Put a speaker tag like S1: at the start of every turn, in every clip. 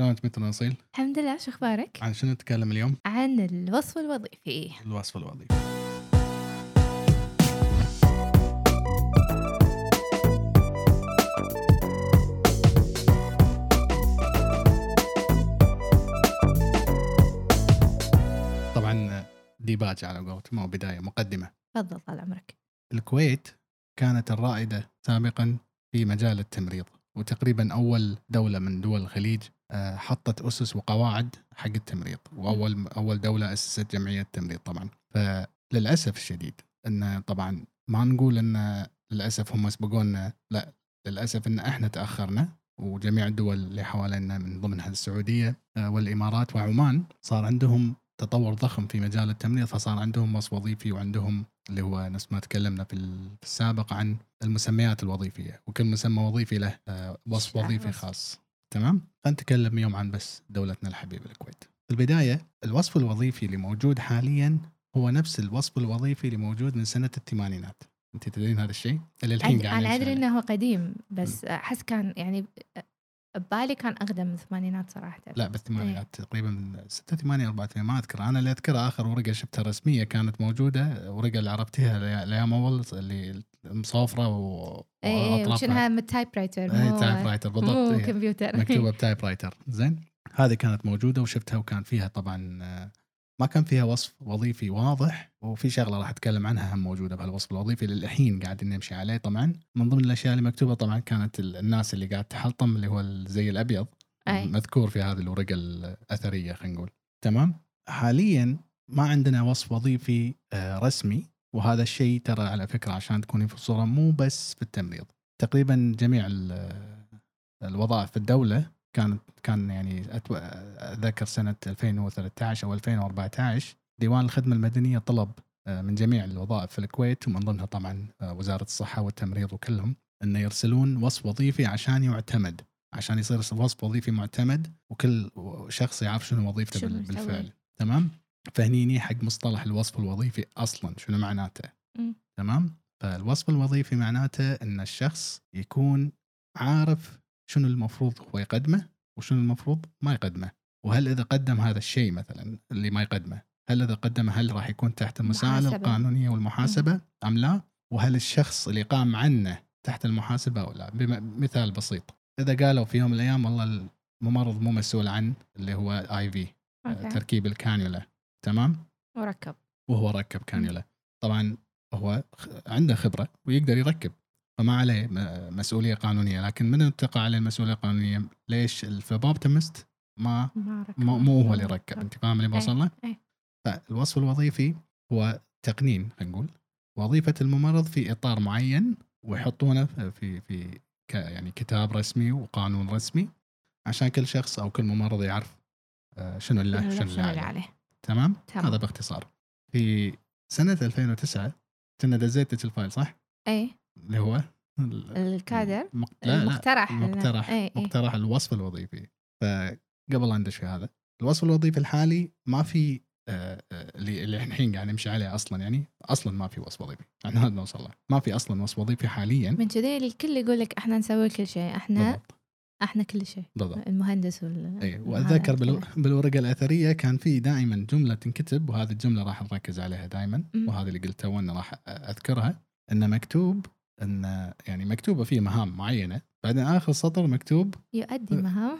S1: كانت مثل نصيل
S2: الحمد لله شو اخبارك؟
S1: عن شنو نتكلم اليوم؟
S2: عن الوصف الوظيفي
S1: الوصف الوظيفي طبعا ديباج على قولتهم او بدايه مقدمه
S2: تفضل طال عمرك
S1: الكويت كانت الرائده سابقا في مجال التمريض وتقريبا اول دوله من دول الخليج آه، حطت اسس وقواعد حق التمريض واول اول دوله اسست جمعيه التمريض طبعا فللاسف الشديد ان طبعا ما نقول ان للاسف هم سبقونا لا للاسف ان احنا تاخرنا وجميع الدول اللي حوالينا من ضمنها السعوديه آه، والامارات وعمان صار عندهم تطور ضخم في مجال التمريض فصار عندهم وصف وظيفي وعندهم اللي هو نفس ما تكلمنا في ال- في السابق عن المسميات الوظيفيه وكل مسمى وظيفي له آه، وصف
S2: شعار
S1: وظيفي
S2: وصف.
S1: خاص تمام فنتكلم اليوم عن بس دولتنا الحبيبه الكويت في البدايه الوصف الوظيفي اللي موجود حاليا هو نفس الوصف الوظيفي اللي موجود من سنه الثمانينات انت تدرين هذا الشيء اللي الحين
S2: عد-
S1: قاعد
S2: انا
S1: نمشي
S2: ادري
S1: عليه.
S2: انه قديم بس احس كان يعني ببالي كان اقدم من الثمانينات صراحه
S1: لا بالثمانينات تقريبا من 6 8 4 8 ما اذكر انا اللي اذكره اخر ورقه شفتها رسميه كانت موجوده ورقه اللي عرفتها ليا- ليام اول اللي مصافره و
S2: اي إيه، وشنها من التايب رايتر
S1: اي
S2: مو
S1: تايب رايتر
S2: مو
S1: إيه، بالضبط إيه.
S2: كمبيوتر
S1: مكتوبه بتايب رايتر زين هذه كانت موجوده وشفتها وكان فيها طبعا آه، ما كان فيها وصف وظيفي واضح وفي شغله راح اتكلم عنها هم موجوده بهالوصف الوظيفي اللي الحين قاعدين نمشي عليه طبعا من ضمن الاشياء اللي مكتوبه طبعا كانت ال- الناس اللي قاعد تحلطم اللي هو الزي الابيض
S2: أي.
S1: مذكور في هذه الورقه الاثريه خلينا نقول تمام حاليا ما عندنا وصف وظيفي آه، رسمي وهذا الشيء ترى على فكره عشان تكونين في الصوره مو بس في التمريض تقريبا جميع ال- الوظائف في الدوله كانت كان يعني أتو- اتذكر سنه 2013 او 2014 ديوان الخدمه المدنيه طلب آه، من جميع الوظائف في الكويت ومن ضمنها طبعا آه، وزاره الصحه والتمريض وكلهم انه يرسلون وصف وظيفي عشان يعتمد عشان يصير وصف وظيفي معتمد وكل شخص يعرف شنو وظيفته
S2: شنو
S1: بال-
S2: مسوي.
S1: بالفعل تمام فهنيني حق مصطلح الوصف الوظيفي اصلا شنو معناته
S2: مم.
S1: تمام فالوصف الوظيفي معناته ان الشخص يكون عارف شنو المفروض هو يقدمه وشنو المفروض ما يقدمه وهل اذا قدم هذا الشيء مثلا اللي ما يقدمه هل اذا قدمه هل راح يكون تحت المساءله
S2: محاسبة.
S1: القانونيه والمحاسبه ام لا وهل الشخص اللي قام عنه تحت المحاسبه او لا بم- مثال بسيط اذا قالوا في يوم من الايام والله الممرض مو مسؤول عن اللي هو اي في آه،
S2: اوكي
S1: تركيب الكانيولا تمام
S2: مركب
S1: وهو ركب كانيولا طبعا هو خ- عنده خبره ويقدر يركب فما عليه م- مسؤوليه قانونيه لكن من تقع عليه المسؤوليه القانونيه ليش الفباب تمست ما
S2: ما ركب
S1: مو مو هو اللي ركب انت فاهم اللي بوصل له؟
S2: أي.
S1: فالوصف الوظيفي هو تقنين نقول وظيفه الممرض في اطار معين ويحطونه في في ك يعني كتاب رسمي وقانون رسمي عشان كل شخص او كل ممرض يعرف آه، شنو
S2: شنو
S1: اللي
S2: اللي
S1: شنو اللي عليه
S2: عليه
S1: تمام؟
S2: تمام.
S1: هذا باختصار في سنة 2009 كنا دزيت إنت الفايل صح؟
S2: اي
S1: اللي هو ال-
S2: إيه، الكادر
S1: المق- لا لا
S2: المقترح لنا. إيه،
S1: المقترح
S2: اي اي
S1: مقترح الوصف الوظيفي فقبل لا ندش في هذا الوصف الوظيفي الحالي ما في آه، آه، اللي اللي احنا الحين قاعد نمشي عليه اصلا يعني اصلا ما في وصف وظيفي يعني هذا نوصل له ما في اصلا وصف وظيفي حاليا
S2: من كذي الكل يقول لك احنا نسوي كل شيء احنا
S1: بالضبط
S2: احنا كل شيء
S1: بالضبط
S2: المهندس وال
S1: اي
S2: هذا
S1: واتذكر إيه، بالو-
S2: كذا.
S1: بالورقه الاثريه كان في دائما جمله تنكتب وهذه الجمله راح نركز عليها دائما
S2: مم.
S1: وهذه اللي قلتها وانا راح اذكرها انه مكتوب ان يعني مكتوبه فيه مهام معينه بعدين اخر سطر مكتوب
S2: يؤدي مهام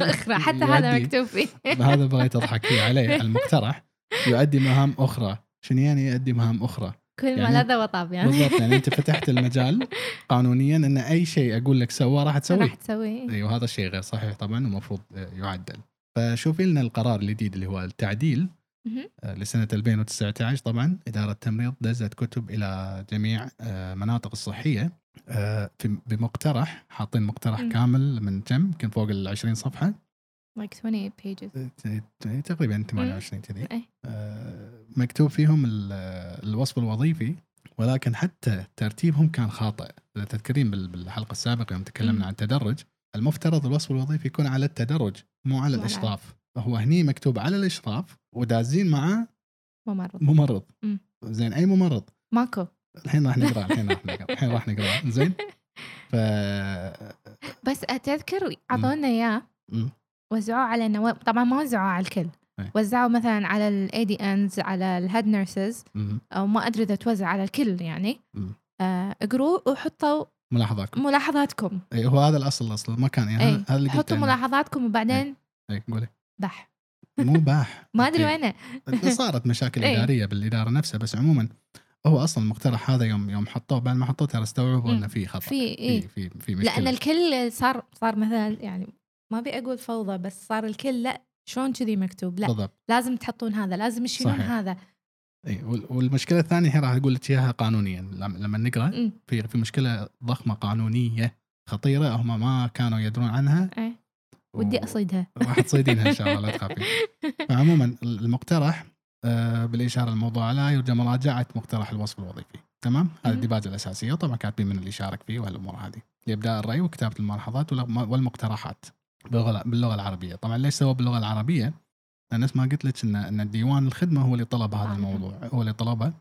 S2: اخرى حتى هذا
S1: يؤدي-
S2: مكتوب فيه
S1: هذا بغيت اضحك فيه عليه على المقترح يؤدي مهام اخرى شنو يعني يؤدي مهام اخرى؟
S2: كل ما
S1: يعني-
S2: لذ وطاب يعني
S1: بالضبط يعني انت فتحت المجال قانونيا ان اي شيء اقول لك سواه راح تسويه
S2: راح تسوي
S1: اي وهذا الشيء غير صحيح طبعا ومفروض يعدل فشوفي لنا القرار الجديد اللي هو التعديل
S2: مهم.
S1: آه، لسنه 2019 طبعا اداره التمريض دزت كتب الى جميع آه، مناطق الصحيه آه، في- بمقترح حاطين مقترح
S2: مم.
S1: كامل من كم كان فوق ال 20 صفحه
S2: لايك 20 pages
S1: ت- ت- تقريبا 28 كذي
S2: إيه.
S1: آه، مكتوب فيهم ال- الوصف الوظيفي ولكن حتى ترتيبهم كان خاطئ اذا تذكرين بال- بالحلقه السابقه يوم
S2: مم.
S1: تكلمنا عن التدرج المفترض الوصف الوظيفي يكون على التدرج مو على
S2: مو على-
S1: الاشراف فهو هني مكتوب على الاشراف ودازين معاه
S2: ممرض
S1: ممرض
S2: مم.
S1: زين اي ممرض
S2: ماكو
S1: الحين راح نقرا الحين راح نقرا الحين راح نقرا زين ف
S2: بس اتذكر اعطونا اياه
S1: مم.
S2: وزعوه على نوا... طبعا ما وزعوه على الكل
S1: أي.
S2: وزعوا مثلا على الاي دي انز على الهيد نيرسز
S1: مهم.
S2: او ما ادري اذا توزع على الكل يعني
S1: مم.
S2: آه، اقروه وحطوا
S1: ملاحظاتكم
S2: ملاحظاتكم
S1: إي، إيه، هو هذا الاصل اصلا ما كان يعني
S2: اي
S1: هذا اللي قلته
S2: إيه، حطوا
S1: أنا.
S2: ملاحظاتكم وبعدين
S1: إي، قولي
S2: بح
S1: مو باح
S2: ما ادري
S1: أوكي.
S2: وينه
S1: صارت مشاكل
S2: إيه.
S1: اداريه بالاداره نفسها بس عموما هو اصلا المقترح هذا يوم يوم حطوه بعد ما حطوه ترى استوعبوا
S2: مم.
S1: انه في خطا
S2: في إيه. اي
S1: في في في مشكله
S2: لان الكل صار صار مثلا يعني ما ابي اقول فوضى بس صار الكل لا شلون كذي مكتوب لا
S1: بالضبط
S2: لازم تحطون هذا لازم يشيلون
S1: صحيح.
S2: هذا
S1: اي وال- والمشكله الثانيه هي راح اقول لك اياها قانونيا لم- لما نقرا
S2: مم.
S1: في في مشكله ضخمه قانونيه خطيره هم ما كانوا يدرون عنها
S2: إيه.
S1: و-
S2: ودي اصيدها
S1: راح تصيدينها ان شاء الله لا تخافي فعموما المقترح آه، بالاشاره الموضوع لا يرجى مراجعه مقترح الوصف الوظيفي تمام هذه
S2: مم.
S1: الديباجه الاساسيه طبعا كاتبين من اللي شارك فيه وهالامور هذه لابداء الراي وكتابه الملاحظات والم- والمقترحات باللغه باللغه العربيه طبعا ليش سوى باللغه العربيه لأن نفس ما قلت لك ان ان ديوان الخدمه هو اللي طلب هذا
S2: آه.
S1: الموضوع هو اللي طلبه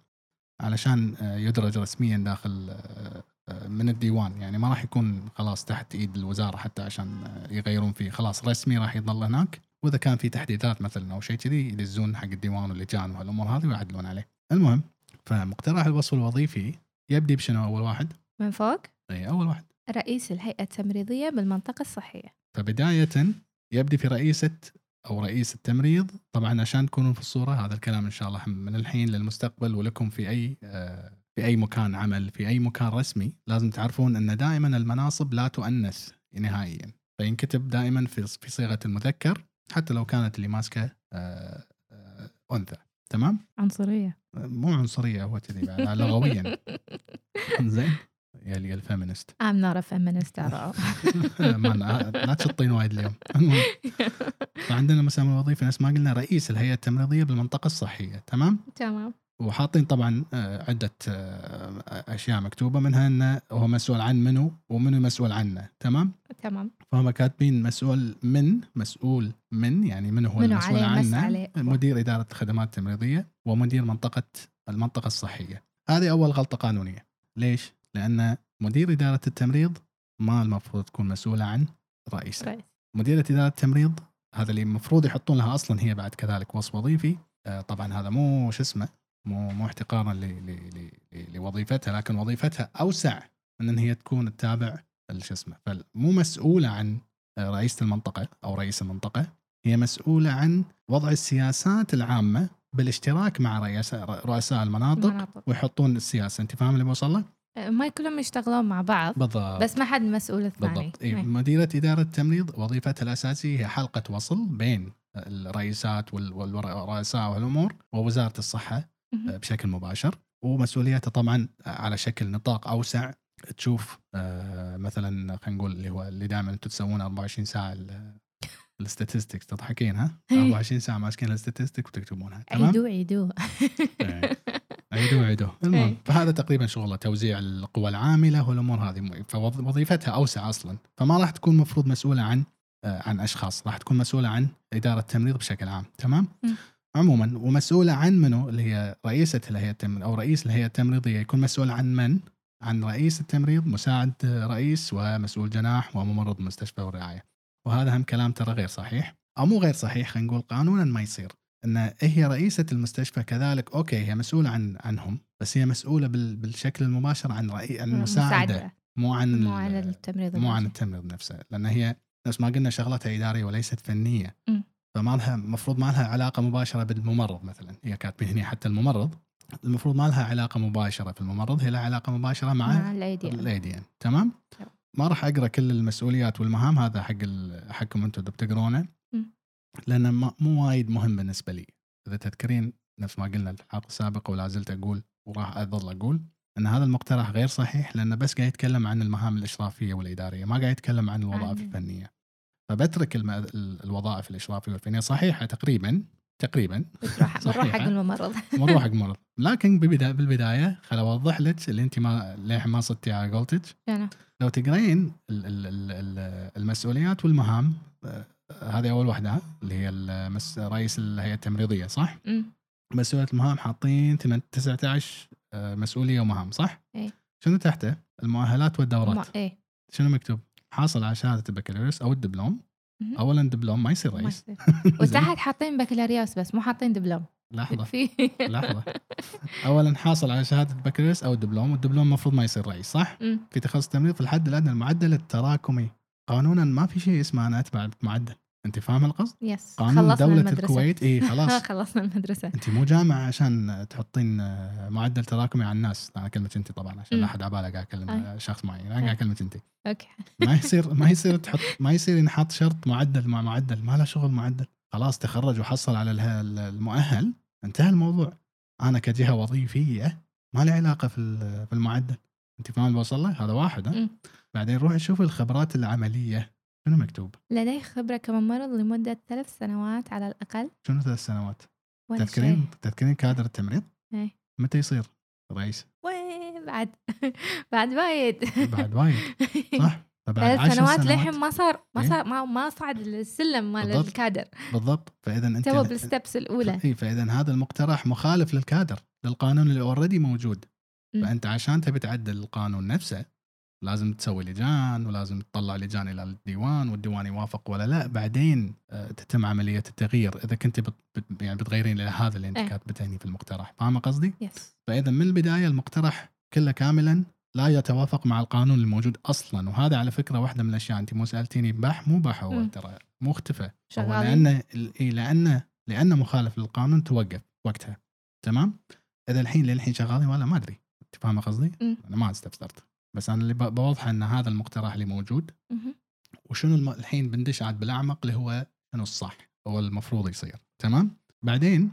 S1: علشان آه، يدرج رسميا داخل آه، آه، من الديوان يعني ما راح يكون خلاص تحت ايد الوزاره حتى عشان آه، يغيرون فيه خلاص رسمي راح يظل هناك واذا كان في تحديثات مثلا او شيء كذي يدزون حق الديوان واللجان وهالامور هذه ويعدلون عليه. المهم فمقترح الوصف الوظيفي يبدي بشنو اول واحد؟
S2: من فوق
S1: اي اول واحد
S2: رئيس الهيئه التمريضيه بالمنطقه الصحيه
S1: فبداية يبدي في رئيسة أو رئيس التمريض طبعا عشان تكونون في الصورة هذا الكلام إن شاء الله من الحين للمستقبل ولكم في أي آه، في أي مكان عمل في أي مكان رسمي لازم تعرفون أن دائما المناصب لا تؤنث نهائيا فينكتب دائما في في صيغة المذكر حتى لو كانت اللي ماسكة آه، آه، أنثى تمام
S2: عنصريه
S1: مو عنصرية هو كذي بعد، لغويا زين يا اللي الفيمينست
S2: I'm not a feminist at all
S1: ما لا تشطين وايد اليوم المهم. فعندنا مسام الوظيفه نفس ما قلنا رئيس الهيئه التمريضيه بالمنطقه الصحيه تمام
S2: تمام
S1: وحاطين طبعا آه، عده آه، اشياء مكتوبه منها انه هو مسؤول عن منو ومنو مسؤول عنه تمام
S2: تمام
S1: فهم كاتبين مسؤول من مسؤول من يعني من هو
S2: منو
S1: المسؤول
S2: عليه، مس
S1: عنه
S2: عليه.
S1: مدير اداره الخدمات التمريضيه ومدير منطقه المنطقه الصحيه هذه اول غلطه قانونيه ليش لان مدير اداره التمريض ما المفروض تكون مسؤوله عن رئيسه
S2: رئيس
S1: مديرة إدارة التمريض هذا اللي المفروض يحطون لها أصلا هي بعد كذلك وصف وظيفي آه، طبعا هذا مو شو اسمه مو مو احتقارا ل- ل- ل- ل- لوظيفتها لكن وظيفتها أوسع من أن هي تكون تتابع ال- شو اسمه فمو مسؤولة عن آه، رئيسة المنطقة أو رئيس المنطقة هي مسؤولة عن وضع السياسات العامة بالاشتراك مع رئيس- رؤساء المناطق
S2: مناطق
S1: ويحطون السياسة أنت فاهم اللي بوصل له؟
S2: ما كلهم يشتغلون مع بعض
S1: بالضبط
S2: بس ما حد مسؤول الثاني
S1: بالضبط إيه.
S2: إيه.
S1: مديرة إدارة التمريض وظيفتها الأساسية هي حلقة وصل بين الرئيسات وال- وال- والرؤساء والأمور ووزارة الصحة
S2: مهم.
S1: بشكل مباشر ومسؤوليتها طبعا على شكل نطاق أوسع تشوف آه، مثلا خلينا نقول اللي هو اللي دائما انتم تسوونه 24 ساعة ال- الستاتستكس تضحكين ها 24 ساعة ماسكين الستاتستكس وتكتبونها تمام
S2: عيدوه عيدوه
S1: إيه. عيدوه عيدوه المهم
S2: إيه.
S1: فهذا تقريبا شغله توزيع القوى العامله والامور هذه فوظيفتها اوسع اصلا فما راح تكون مفروض مسؤوله عن آه، عن اشخاص راح تكون مسؤوله عن اداره التمريض بشكل عام تمام
S2: مم.
S1: عموما ومسؤوله عن منو اللي هي رئيسه الهيئه التمريض او رئيس الهيئه التمريضيه يكون مسؤول عن من عن رئيس التمريض مساعد آه، رئيس ومسؤول جناح وممرض مستشفى والرعايه وهذا هم كلام ترى غير صحيح او مو غير صحيح خلينا نقول قانونا ما يصير ان هي رئيسه المستشفى كذلك اوكي هي مسؤوله عن عنهم بس هي مسؤوله بال- بالشكل المباشر عن رأي عن المساعده مو عن
S2: مو
S1: ال-
S2: عن التمريض
S1: مو عن
S2: الوظيفي.
S1: التمريض نفسه لان هي نفس ما قلنا شغلتها اداريه وليست فنيه
S2: مم.
S1: فما لها المفروض ما لها علاقه مباشره بالممرض مثلا هي كاتبين هنا حتى الممرض المفروض ما لها علاقه مباشره في الممرض هي لها علاقه مباشره مع
S2: مع يعني. الايدي
S1: الايديان يعني. تمام
S2: تمام.
S1: ما راح اقرا كل المسؤوليات والمهام هذا حق ال- حقكم انتم اللي بتقرونه
S2: مم.
S1: لانه ما- مو وايد مهم بالنسبه لي اذا تذكرين نفس ما قلنا الحلقه السابقه ولا زلت اقول وراح اظل اقول ان هذا المقترح غير صحيح لانه بس قاعد يتكلم عن المهام الاشرافيه والاداريه ما قاعد يتكلم عن الوظائف
S2: عن-
S1: الفنيه فبترك الم... ال- الوظائف الاشرافيه والفنيه صحيحه تقريبا تقريبا
S2: بتروح بنروح
S1: صحيح.
S2: حق الممرض
S1: موضوع حق مرض لكن ببدا... بالبدايه خل اوضح لك اللي انت ما للحين ما صدتي على قولتك
S2: أنا.
S1: لو تقرين ال- ال- ال- ال- المسؤوليات والمهام آه، هذه اول واحده اللي هي المس- رئيس الهيئه التمريضيه صح؟
S2: أمم.
S1: مسؤوليات المهام حاطين ثمان- 19 آه، مسؤوليه ومهام صح؟
S2: إيه.
S1: شنو تحته؟ المؤهلات والدورات
S2: ما- ايه
S1: شنو مكتوب؟ حاصل على شهاده البكالوريوس او الدبلوم
S2: مهم.
S1: اولا دبلوم ما يصير
S2: ما
S1: رئيس
S2: يصير.
S1: زين.
S2: وتحت حاطين بكالوريوس بس مو حاطين دبلوم
S1: لحظه
S2: في
S1: لحظه اولا حاصل على شهاده بكالوريوس او دبلوم والدبلوم المفروض ما يصير رئيس صح؟
S2: مم.
S1: في تخصص التمريض في الحد الادنى المعدل التراكمي قانونا ما في شيء اسمه انا اتبع معدل انت فاهم القصد؟
S2: يس
S1: قانون
S2: خلصنا
S1: دوله
S2: المدرسه
S1: الكويت اي خلاص
S2: خلصنا المدرسه
S1: انت مو جامعه عشان تحطين آه، معدل تراكمي على الناس انا كلمه انت طبعا عشان لا
S2: مم.
S1: احد على باله قاعد اكلم
S2: أي.
S1: آه، شخص معين انا قاعد اكلمك انت
S2: اوكي
S1: ما يصير ما يصير تحط ما يصير ينحط شرط معدل مع معدل ما له شغل معدل خلاص تخرج وحصل على اله- المؤهل انتهى الموضوع انا كجهه وظيفيه ما لي علاقه في ال- في المعدل انت فاهم اللي بوصل له هذا واحد ها؟
S2: مم.
S1: بعدين روحي شوفي الخبرات العمليه شنو مكتوب
S2: لديه خبرة كممرض لمدة ثلاث سنوات على الأقل
S1: شنو ثلاث سنوات
S2: ولا
S1: تذكرين
S2: شيء.
S1: تذكرين كادر التمريض
S2: إيه.
S1: متى يصير رئيس
S2: وين بعد بعد وايد
S1: بعد وايد صح فبعد
S2: ثلاث
S1: عشر
S2: سنوات
S1: سنوات
S2: للحين ما صار ما
S1: إيه.
S2: صار ما, ما صعد السلم مال
S1: بالضبط. إيه.
S2: الكادر
S1: بالضبط فاذا انت
S2: تو بالستبس الأولى
S1: اي فاذا هذا المقترح مخالف للكادر للقانون اللي اوريدي موجود
S2: مم.
S1: فانت عشان تبي تعدل القانون نفسه لازم تسوي لجان ولازم تطلع لجان الى الديوان والديوان يوافق ولا لا بعدين آه، تتم عمليه التغيير اذا كنت بت بت- يعني بتغيرين الى هذا اللي انت
S2: إيه.
S1: كاتبته هني في المقترح فاهمه قصدي؟
S2: يس
S1: فاذا من البدايه المقترح كله كاملا لا يتوافق مع القانون الموجود اصلا وهذا على فكره واحده من الاشياء انت مو سالتيني باح مو باح هو
S2: مم.
S1: ترى مو اختفى هو
S2: شغالين
S1: لانه اي لانه لانه مخالف للقانون توقف وقتها تمام اذا الحين للحين شغالين ولا ما ادري أنت فاهمه قصدي؟
S2: مم.
S1: انا ما استفسرت بس انا اللي ب- بوضحه ان هذا المقترح اللي موجود
S2: مهم.
S1: وشنو الم... الحين بندش عاد بالاعمق اللي هو شنو الصح هو المفروض يصير تمام؟ بعدين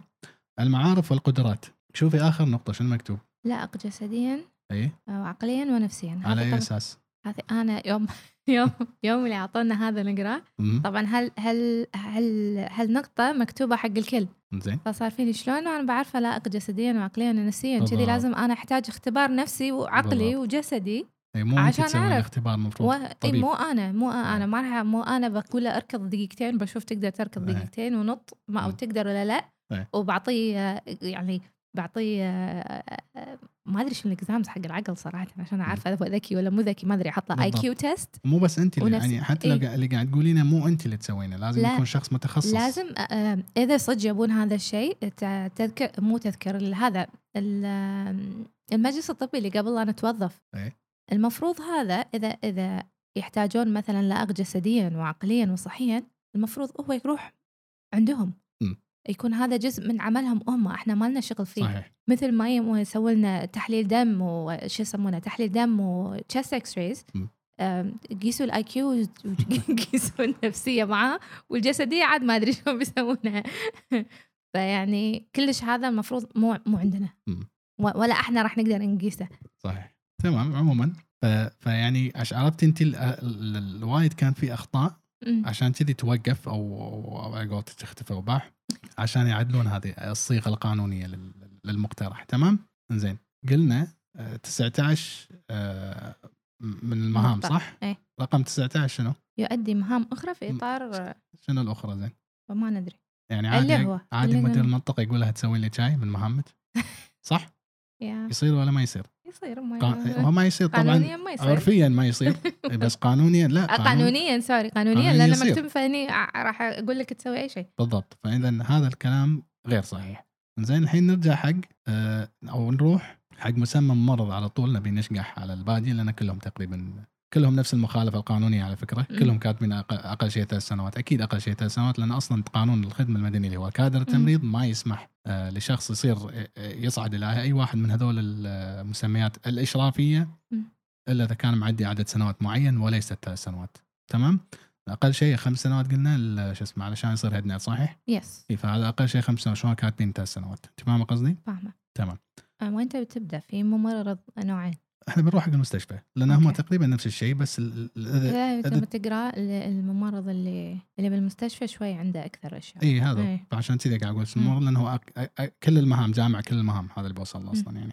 S1: المعارف والقدرات شوفي اخر نقطه شنو مكتوب؟
S2: لائق جسديا
S1: اي
S2: وعقليا ونفسيا
S1: إيه؟ على اي
S2: هذا طب-
S1: اساس؟
S2: هذا انا يوم يوم يوم اللي اعطونا هذا نقراه
S1: مم.
S2: طبعا هل هل هل هالنقطه مكتوبه حق الكل
S1: زين
S2: فصار فيني شلون انا بعرفه لائق جسديا وعقليا ونفسيا كذي
S1: بالضبط.
S2: لازم انا احتاج اختبار نفسي وعقلي
S1: بالضبط.
S2: وجسدي
S1: اي إيه، مو انت
S2: عشان
S1: تسوي
S2: أعرف.
S1: الاختبار
S2: و...
S1: المفروض
S2: إي،
S1: طبيب. آه.
S2: مو انا مو انا ما راح مو انا بقول له اركض دقيقتين بشوف تقدر تركض
S1: إي.
S2: دقيقتين ونط ما او
S1: مم.
S2: تقدر ولا لا
S1: إي.
S2: وبعطيه آه، يعني بعطيه آه، آه، ما ادري شو الاكزامز حق العقل صراحه عشان اعرف هو ذكي ولا مو ذكي ما ادري احط له اي
S1: إيه. بالضبط.
S2: كيو تيست
S1: مو بس انت اللي
S2: ونفس-
S1: يعني حتى لو
S2: إي.
S1: قا- اللي قاعد تقولينه مو انت اللي تسوينه لازم
S2: لا.
S1: يكون شخص متخصص
S2: لازم آه، آه، اذا صدق يبون هذا الشيء ت- تذكر مو تذكر ال- هذا ال- آم، المجلس الطبي اللي قبل لا نتوظف
S1: إيه.
S2: المفروض هذا اذا اذا يحتاجون مثلا لائق جسديا وعقليا وصحيا المفروض هو يروح عندهم
S1: مم.
S2: يكون هذا جزء من عملهم هم احنا ما لنا شغل فيه
S1: صحيح
S2: مثل ما يم- يسووا لنا تحليل دم وش يسمونه تحليل دم وتشست اكس ريز
S1: مم.
S2: قيسوا الاي كيو وقيسوا النفسيه معاه والجسديه عاد ما ادري شلون بيسوونها فيعني كلش هذا المفروض مو مو عندنا
S1: مم.
S2: و- ولا احنا راح نقدر نقيسه
S1: صحيح تمام عموما ف... فيعني عش- عرفت انت ال... ال... ال- الوايد كان في اخطاء
S2: مم.
S1: عشان كذي توقف او أو- أو على قولتك اختفى وباح عشان يعدلون هذه الصيغه القانونيه لل... للمقترح تمام زين قلنا آه، 19 آه، من المهام
S2: نقطة.
S1: صح؟
S2: إيه.
S1: رقم 19 شنو؟
S2: يؤدي مهام اخرى في
S1: مم.
S2: اطار
S1: شنو الاخرى زين؟
S2: ما ندري
S1: يعني
S2: اللي
S1: عادي
S2: هو-
S1: عادي
S2: اللي هو-
S1: مدير المنطقه يقول لها تسوي لي شاي من مهامك صح؟
S2: يا
S1: يصير ولا ما يصير؟
S2: يصير ما
S1: قا-
S2: يصير.
S1: هو ما يصير طبعا
S2: قانونيا ما أيوة، يصير
S1: عرفيا ما يصير بس قانونيا لا
S2: آه، قانونيا سوري قانونيا
S1: قانونيا
S2: لان
S1: يصير.
S2: مكتوب فهني ع- راح اقول لك تسوي اي شيء
S1: بالضبط فاذا هذا الكلام غير صحيح زين الحين نرجع حق آه، او نروح حق مسمى ممرض على طول نبي نشقح على الباقي لان كلهم تقريبا كلهم نفس المخالفه القانونيه على فكره
S2: مم.
S1: كلهم كاتبين أق- اقل شيء ثلاث سنوات اكيد اقل شيء ثلاث سنوات لان اصلا قانون الخدمه المدنيه اللي هو كادر التمريض ما يسمح آه، لشخص يصير آه، آه، يصعد الى اي واحد من هذول آه، المسميات الاشرافيه
S2: مم.
S1: الا اذا كان معدي عدد سنوات معين وليست ثلاث سنوات تمام اقل شيء خمس سنوات قلنا ال- آه، شو اسمه علشان يصير هيد نيت، صحيح؟
S2: يس
S1: إيه، فعلى اقل شيء خمس سنوات شلون كاتبين ثلاث سنوات انت فاهمه قصدي؟
S2: فاهمه
S1: تمام
S2: آه، وين تبي تبدا في ممرض نوعين
S1: احنا بنروح حق المستشفى لان هم
S2: أوكي.
S1: تقريبا نفس الشيء بس ال- ال- إذا-
S2: لا
S1: إذا-
S2: يتم تقرا ال- الممرض اللي اللي بالمستشفى شوي عنده اكثر اشياء
S1: اي هذا
S2: إيه.
S1: فعشان كذا قاعد اقول
S2: مم.
S1: سمور لانه هو أك... أ- أ- كل المهام جامع كل المهام هذا اللي بوصل له اصلا يعني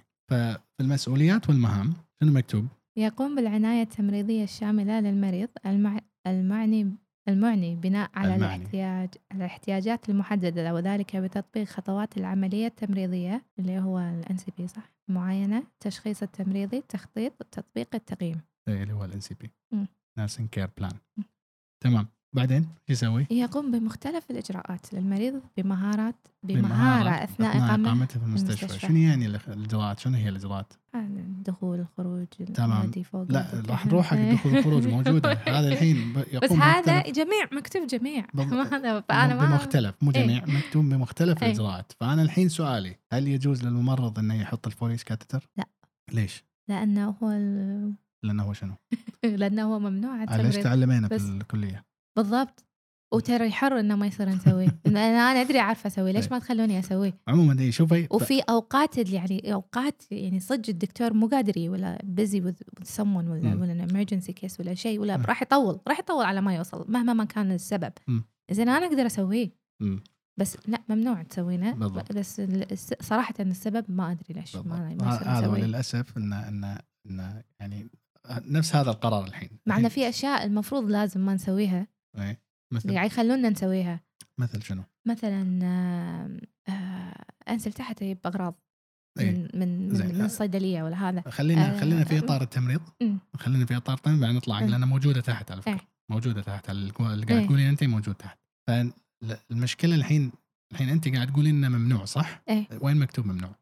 S1: فالمسؤوليات والمهام شنو مكتوب؟
S2: يقوم بالعنايه التمريضيه الشامله للمريض المع... المعني المعني بناء على
S1: المعني.
S2: الاحتياج الاحتياجات المحدده وذلك بتطبيق خطوات العمليه التمريضيه اللي هو الان سي بي صح معاينه تشخيص التمريضي التخطيط تطبيق التقييم
S1: إيه، اللي هو الان سي بي
S2: مم.
S1: نيرسينج كير بلان
S2: مم.
S1: تمام بعدين شو يسوي؟
S2: يقوم بمختلف الإجراءات للمريض بمهارات بمهارة أثناء إقامته
S1: اقامته في المستشفى
S2: المستشفى.
S1: شنو يعني الإخ- الاجراءات؟ شنو هي الاجراءات؟
S2: الدخول آه، الخروج
S1: تمام.
S2: العادي، فوق
S1: لا
S2: العادي،
S1: راح
S2: تحت.
S1: نروحك دخول خروج موجوده هذا الحين ب-
S2: إيه. بس
S1: يقوم
S2: هذا
S1: بمختلف-
S2: جميع مكتب جميع
S1: بال-
S2: ما هذا فأنا ما
S1: بمختلف مو
S2: إيه.
S1: جميع مكتوب بمختلف
S2: إيه.
S1: الاجراءات فانا الحين سؤالي هل يجوز للممرض انه يحط الفوليس كاتتر؟
S2: لا.
S1: ليش؟
S2: لأنه هو ال-
S1: لانه هو شنو؟
S2: لأنه هو ممنوع على
S1: ليش
S2: التمريض.
S1: تعلمينا في
S2: بس-
S1: الكليه؟
S2: بالضبط وترى يحر انه ما يصير نسويه إنه انا انا ادري عارفه اسويه
S1: طيب.
S2: ليش ما تخلوني اسويه
S1: عموما اي إيه، شوفي
S2: وفي اوقات اللي يعني اوقات يعني صدق الدكتور مو قادر ي- ولا بيزي وذ سمون ولا
S1: مم.
S2: ولا امرجنسي كيس ولا شيء ولا
S1: مم.
S2: راح يطول راح يطول على ما يوصل مهما ما كان السبب
S1: مم.
S2: زين انا اقدر اسويه
S1: مم.
S2: بس لا ممنوع تسوينه
S1: بالضبط.
S2: بس ال- الس- صراحه السبب ما ادري ليش
S1: بالضبط. آه،
S2: ما ما يصير
S1: هذا
S2: نسويه
S1: للاسف انه انه انه يعني نفس هذا القرار الحين
S2: مع انه
S1: الحين-
S2: في اشياء المفروض لازم ما نسويها
S1: إيه. مثل
S2: يعني يخلونا نسويها
S1: مثل شنو؟
S2: مثلا آه، آه، انزل تحت اجيب اغراض
S1: إيه.
S2: من من
S1: زين.
S2: من, من الصيدليه ولا هذا
S1: خلينا
S2: آه،
S1: خلينا في
S2: آه،
S1: اطار التمريض
S2: أمم.
S1: خلينا في اطار التمريض بعدين نطلع
S2: أمم.
S1: لانها موجوده تحت على فكره
S2: إيه.
S1: موجوده تحت على الكو- اللي قاعد
S2: إيه.
S1: تقولين انت موجود تحت فالمشكله الحين الحين انت قاعد تقولين انه ممنوع صح؟
S2: إيه.
S1: وين مكتوب ممنوع؟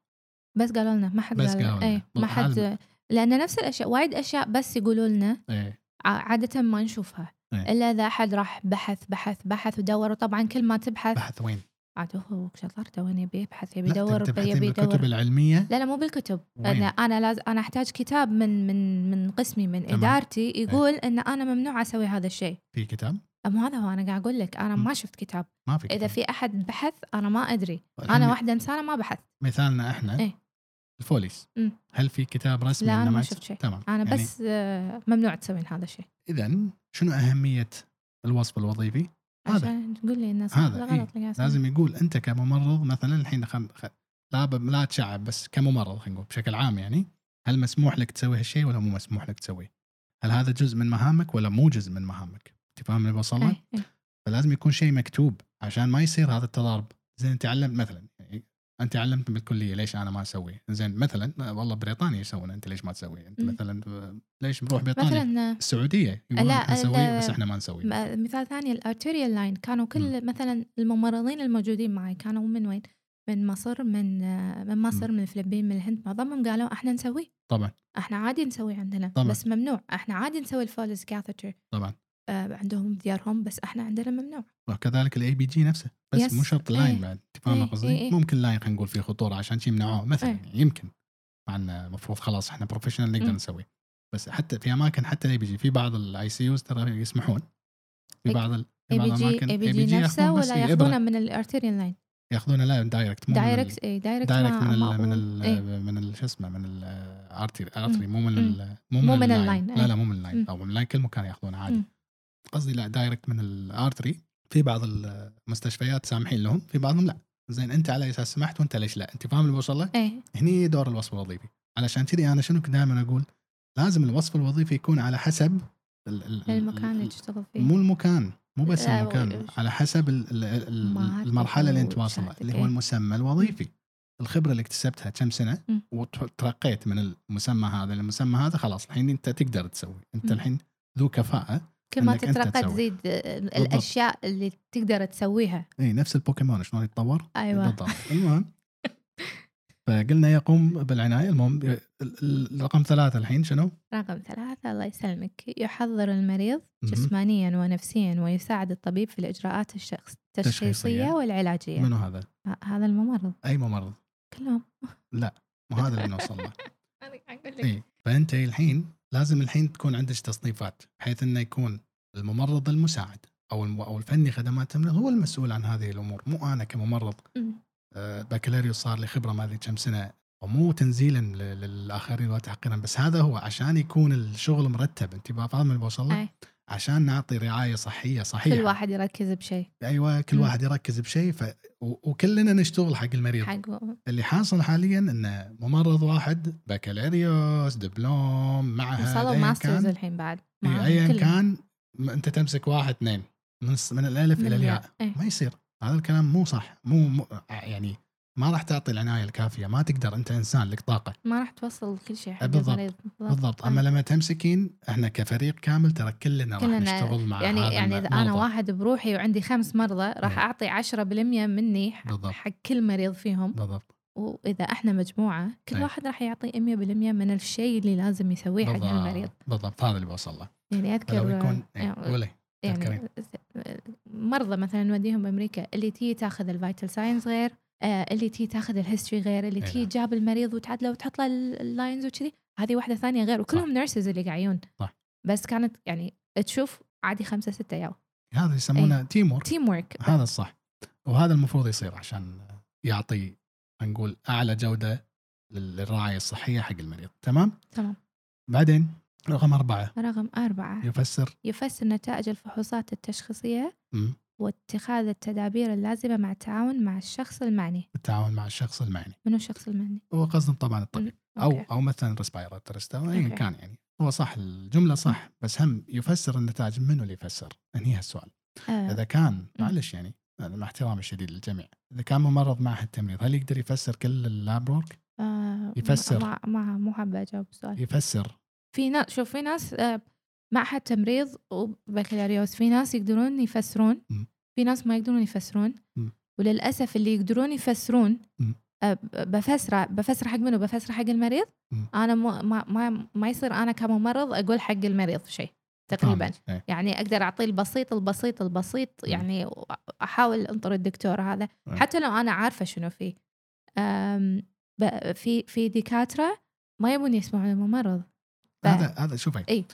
S2: بس قالوا لنا ما حد
S1: بس
S2: قال
S1: قالوا لنا.
S2: ايه ما
S1: بالعالم.
S2: حد لان نفس الاشياء وايد اشياء بس يقولوا لنا
S1: ايه
S2: ع- عاده ما نشوفها
S1: إيه.
S2: الا اذا احد راح بحث بحث بحث ودور وطبعا كل ما تبحث
S1: بحث وين؟
S2: عاد هو شطرته وين يبي يبحث يبي
S1: لا،
S2: يدور
S1: تبحثين
S2: يبي
S1: بالكتب
S2: يدور
S1: العلميه
S2: لا لا مو بالكتب
S1: وين؟
S2: انا انا لازم انا احتاج كتاب من من من قسمي من
S1: تمام. إيه.
S2: ادارتي يقول ان انا ممنوع اسوي هذا الشيء
S1: في كتاب؟
S2: مو هذا هو انا قاعد اقول لك انا ما شفت كتاب
S1: ما في كتاب.
S2: اذا في احد بحث انا ما ادري
S1: الحين
S2: انا واحده انسانه ما بحث
S1: مثالنا احنا
S2: إيه.
S1: الفوليس
S2: أمم.
S1: هل في كتاب رسمي
S2: لا، أنا
S1: إنه
S2: ما
S1: يس-
S2: شفت شيء.
S1: تمام
S2: انا
S1: يعني
S2: بس آه، ممنوع تسوين هذا الشيء
S1: اذا شنو اهميه الوصف الوظيفي؟ هذا.
S2: عشان تقول لي انه صح
S1: هذا،
S2: ولا
S1: إيه.
S2: غلط اللي قاعد أسويه.
S1: لازم يقول انت كممرض مثلا الحين خم... خ... لا ب... لا تشعب بس كممرض خلينا نقول بشكل عام يعني هل مسموح لك تسوي هالشيء ولا مو مسموح لك تسويه؟ هل هذا جزء من مهامك ولا مو جزء من مهامك؟ تفهم اللي بوصل لك؟
S2: إيه، إيه.
S1: فلازم يكون شيء مكتوب عشان ما يصير هذا التضارب زين انت علمت مثلا يعني انت علمت بالكليه ليش انا ما اسوي؟ زين مثلا لا، والله بريطانيا يسوون انت ليش ما تسوي؟ انت
S2: مم.
S1: مثلا آه، ليش نروح بريطانيا؟ مثلا
S2: مثلا آه،
S1: السعوديه يقولون
S2: لا،
S1: نسوي
S2: ال-
S1: بس احنا ما نسوي
S2: م- آه، مثال ثاني الارتيريال لاين كانوا كل مثلا الممرضين الموجودين معي كانوا من وين؟ من مصر من آه، من مصر من الفلبين من الهند معظمهم قالوا احنا نسويه
S1: طبعا
S2: احنا عادي نسوي عندنا
S1: طبعاً.
S2: بس ممنوع احنا عادي نسوي الفولس كاثتر
S1: طبعا
S2: عندهم بديارهم بس احنا عندنا ممنوع
S1: وكذلك الاي بي جي نفسه بس
S2: Yes.
S1: مو شرط لاين
S2: إيه.
S1: بعد انت فاهمه
S2: إيه،
S1: قصدي؟
S2: إيه، إيه.
S1: ممكن لاين خلينا نقول فيه خطوره عشان شي يمنعوه مثلا
S2: إيه.
S1: يعني يمكن مع انه المفروض خلاص احنا بروفيشنال نقدر
S2: مم.
S1: نسوي بس حتى في اماكن حتى الاي بي جي في بعض الاي سي يوز ترى يسمحون في
S2: إيه.
S1: بعض ال- في
S2: اي
S1: بعض
S2: بي جي
S1: الاماكن
S2: اي بي
S1: ABG
S2: جي نفسه
S1: ياخذون بس
S2: ولا
S1: الإبرة.
S2: ياخذونه من الارتيريال لاين
S1: ياخذونه لا دايركت مو من ال-
S2: دايركت اي دايركت
S1: دايركت
S2: ما-
S1: من
S2: ما
S1: ال من
S2: أظن.
S1: ال
S2: إيه.
S1: من ال شو اسمه من الارتري ارتري
S2: مم.
S1: مو من ال مو من,
S2: مو من
S1: اللاين
S2: اللاين،
S1: لا
S2: إيه.
S1: لا مو من اللاين
S2: مم.
S1: او من اللاين كل مكان ياخذونه عادي
S2: مم.
S1: قصدي لا دايركت من الارتري في بعض المستشفيات سامحين لهم في بعضهم لا زين انت على اساس سمحت وانت ليش لا انت فاهم اللي بوصل لك
S2: ايه
S1: هني دور الوصف الوظيفي علشان كذي انا شنو كنت دائما اقول لازم الوصف الوظيفي يكون على حسب ال- ال-
S2: المكان اللي
S1: ال-
S2: تشتغل فيه
S1: مو المكان مو بس
S2: إيه. لا،
S1: المكان
S2: وش-
S1: على حسب ال- ال- ال-
S2: مهارتك
S1: المرحله اللي انت واصلها
S2: وشهادتك،
S1: اللي هو
S2: إيه.
S1: المسمى الوظيفي الخبره اللي اكتسبتها كم سنه
S2: مم.
S1: وترقيت من المسمى هذا للمسمى هذا خلاص الحين انت تقدر تسوي انت
S2: مم.
S1: الحين ذو كفاءه
S2: كل ما
S1: إنك أنت
S2: تترقى
S1: تسوي.
S2: تزيد آه، الاشياء اللي تقدر تسويها
S1: اي إيه، نفس البوكيمون شلون يتطور
S2: ايوه
S1: بالضبط المهم فقلنا يقوم بالعنايه المهم ال- ال- رقم ثلاثه الحين شنو؟
S2: رقم ثلاثة الله يسلمك يحضر المريض
S1: مهم.
S2: جسمانيا ونفسيا ويساعد الطبيب في الإجراءات الشخص- التشخيصية
S1: تشخيصية.
S2: والعلاجية
S1: منو هذا؟
S2: ه- هذا الممرض
S1: اي ممرض
S2: كلهم
S1: مو هذا اللي نوصل له
S2: أنا أقول لك
S1: اي فانت إيه، الحين لازم الحين تكون عندك تصنيفات بحيث انه يكون الممرض المساعد او الم- او الفني خدمات التمريض هو المسؤول عن هذه الامور مو انا كممرض
S2: أمم.
S1: آه، بكالوريوس صار لي خبره ما ادري كم سنه ومو تنزيلا ل- للاخرين ولا تحقيرا بس هذا هو عشان يكون الشغل مرتب انت فاهم اللي بوصل لك؟
S2: أي.
S1: عشان نعطي رعايه صحيه صحيحه
S2: إيه، كل واحد يركز بشيء
S1: ايوه كل
S2: مم.
S1: واحد يركز بشيء ف... و... وكلنا نشتغل حق المريض
S2: حقه
S1: اللي حاصل حاليا انه ممرض واحد بكالوريوس دبلوم معهد
S2: وصلوا
S1: ايا
S2: ماسترز
S1: كان
S2: الحين بعد
S1: إيه،
S2: معاهم
S1: ايا
S2: كلهم.
S1: كان م- انت تمسك واحد اثنين من, الس- من الالف
S2: من
S1: الى الياء
S2: الياء. إيه.
S1: ما يصير هذا الكلام مو صح مو, مو يعني ما راح تعطي العنايه الكافيه ما تقدر انت انسان لك طاقه
S2: ما راح توصل كل شيء حق
S1: أه،
S2: إيه.
S1: بالضبط.
S2: المريض
S1: بالضبط اما لما تمسكين احنا كفريق كامل ترى كلنا راح
S2: كلنا-
S1: نشتغل مع
S2: يعني
S1: هذا
S2: يعني اذا انا
S1: المرضى.
S2: واحد بروحي وعندي خمس مرضى راح
S1: إيه.
S2: اعطي 10% مني ح-
S1: بالضبط.
S2: حق كل مريض فيهم
S1: بالضبط
S2: واذا احنا مجموعه كل
S1: إيه.
S2: واحد راح يعطي 100% من الشيء اللي لازم يسويه حق
S1: بالضبط.
S2: المريض
S1: بالضبط هذا اللي بوصل له
S2: يعني اذكر
S1: فلو يكون
S2: يعني-
S1: إيه، ولي
S2: يعني
S1: تذكرين.
S2: مرضى مثلا نوديهم امريكا اللي تي تاخذ الفايتال ساينس غير آه، اللي تي تاخذ الهيستوري غير اللي
S1: أي
S2: تي
S1: نعم.
S2: جاب المريض وتعدله وتحط له ال- اللاينز وكذي هذه واحده ثانيه غير وكلهم نيرسز اللي قاعدين
S1: صح.
S2: بس كانت يعني تشوف عادي خمسه سته ياو
S1: هذا
S2: إيه.
S1: يسمونه تيم ورك
S2: تيم ورك
S1: هذا الصح وهذا المفروض يصير عشان يعطي خلينا نقول اعلى جوده لل- للرعايه الصحيه حق المريض تمام
S2: تمام
S1: بعدين رقم أربعة
S2: رقم اربعه
S1: يفسر
S2: يفسر نتائج الفحوصات التشخيصيه
S1: مم،
S2: واتخاذ التدابير اللازمه مع التعاون مع الشخص المعني
S1: التعاون مع الشخص المعني
S2: منو الشخص المعني
S1: هو قصدهم طبعا الطبيب او
S2: أوكي.
S1: او مثلا ريسبيراتورست او ايا
S2: أوكي.
S1: كان يعني هو صح الجمله صح بس هم يفسر النتائج منو اللي يفسر؟ هني هالسؤال
S2: آه،
S1: اذا كان معلش يعني أنا مع احترامي الشديد للجميع اذا كان ممرض معه التمريض هل يقدر يفسر كل اللاب وورك؟
S2: آه،
S1: يفسر.
S2: ما ما مو حابه اجاوب السؤال
S1: يفسر
S2: في ناس شوف في ناس آه، معهد تمريض وبكالوريوس في ناس يقدرون يفسرون
S1: مم.
S2: في ناس ما يقدرون يفسرون
S1: مم.
S2: وللاسف اللي يقدرون يفسرون
S1: مم.
S2: آه، ب- بفسره بفسره حق منو بفسره حق المريض
S1: مم.
S2: انا مو- ما ما ما يصير انا كممرض اقول حق المريض شيء تقريبا
S1: فهمت؟ إيه.
S2: يعني اقدر اعطيه البسيط البسيط البسيط
S1: مم.
S2: يعني احاول انطر الدكتور هذا
S1: مم.
S2: حتى لو انا عارفه شنو فيه أم، ب- في في دكاتره ما يبون يسمعون الممرض ف-
S1: هذا هذا شوفي
S2: إي.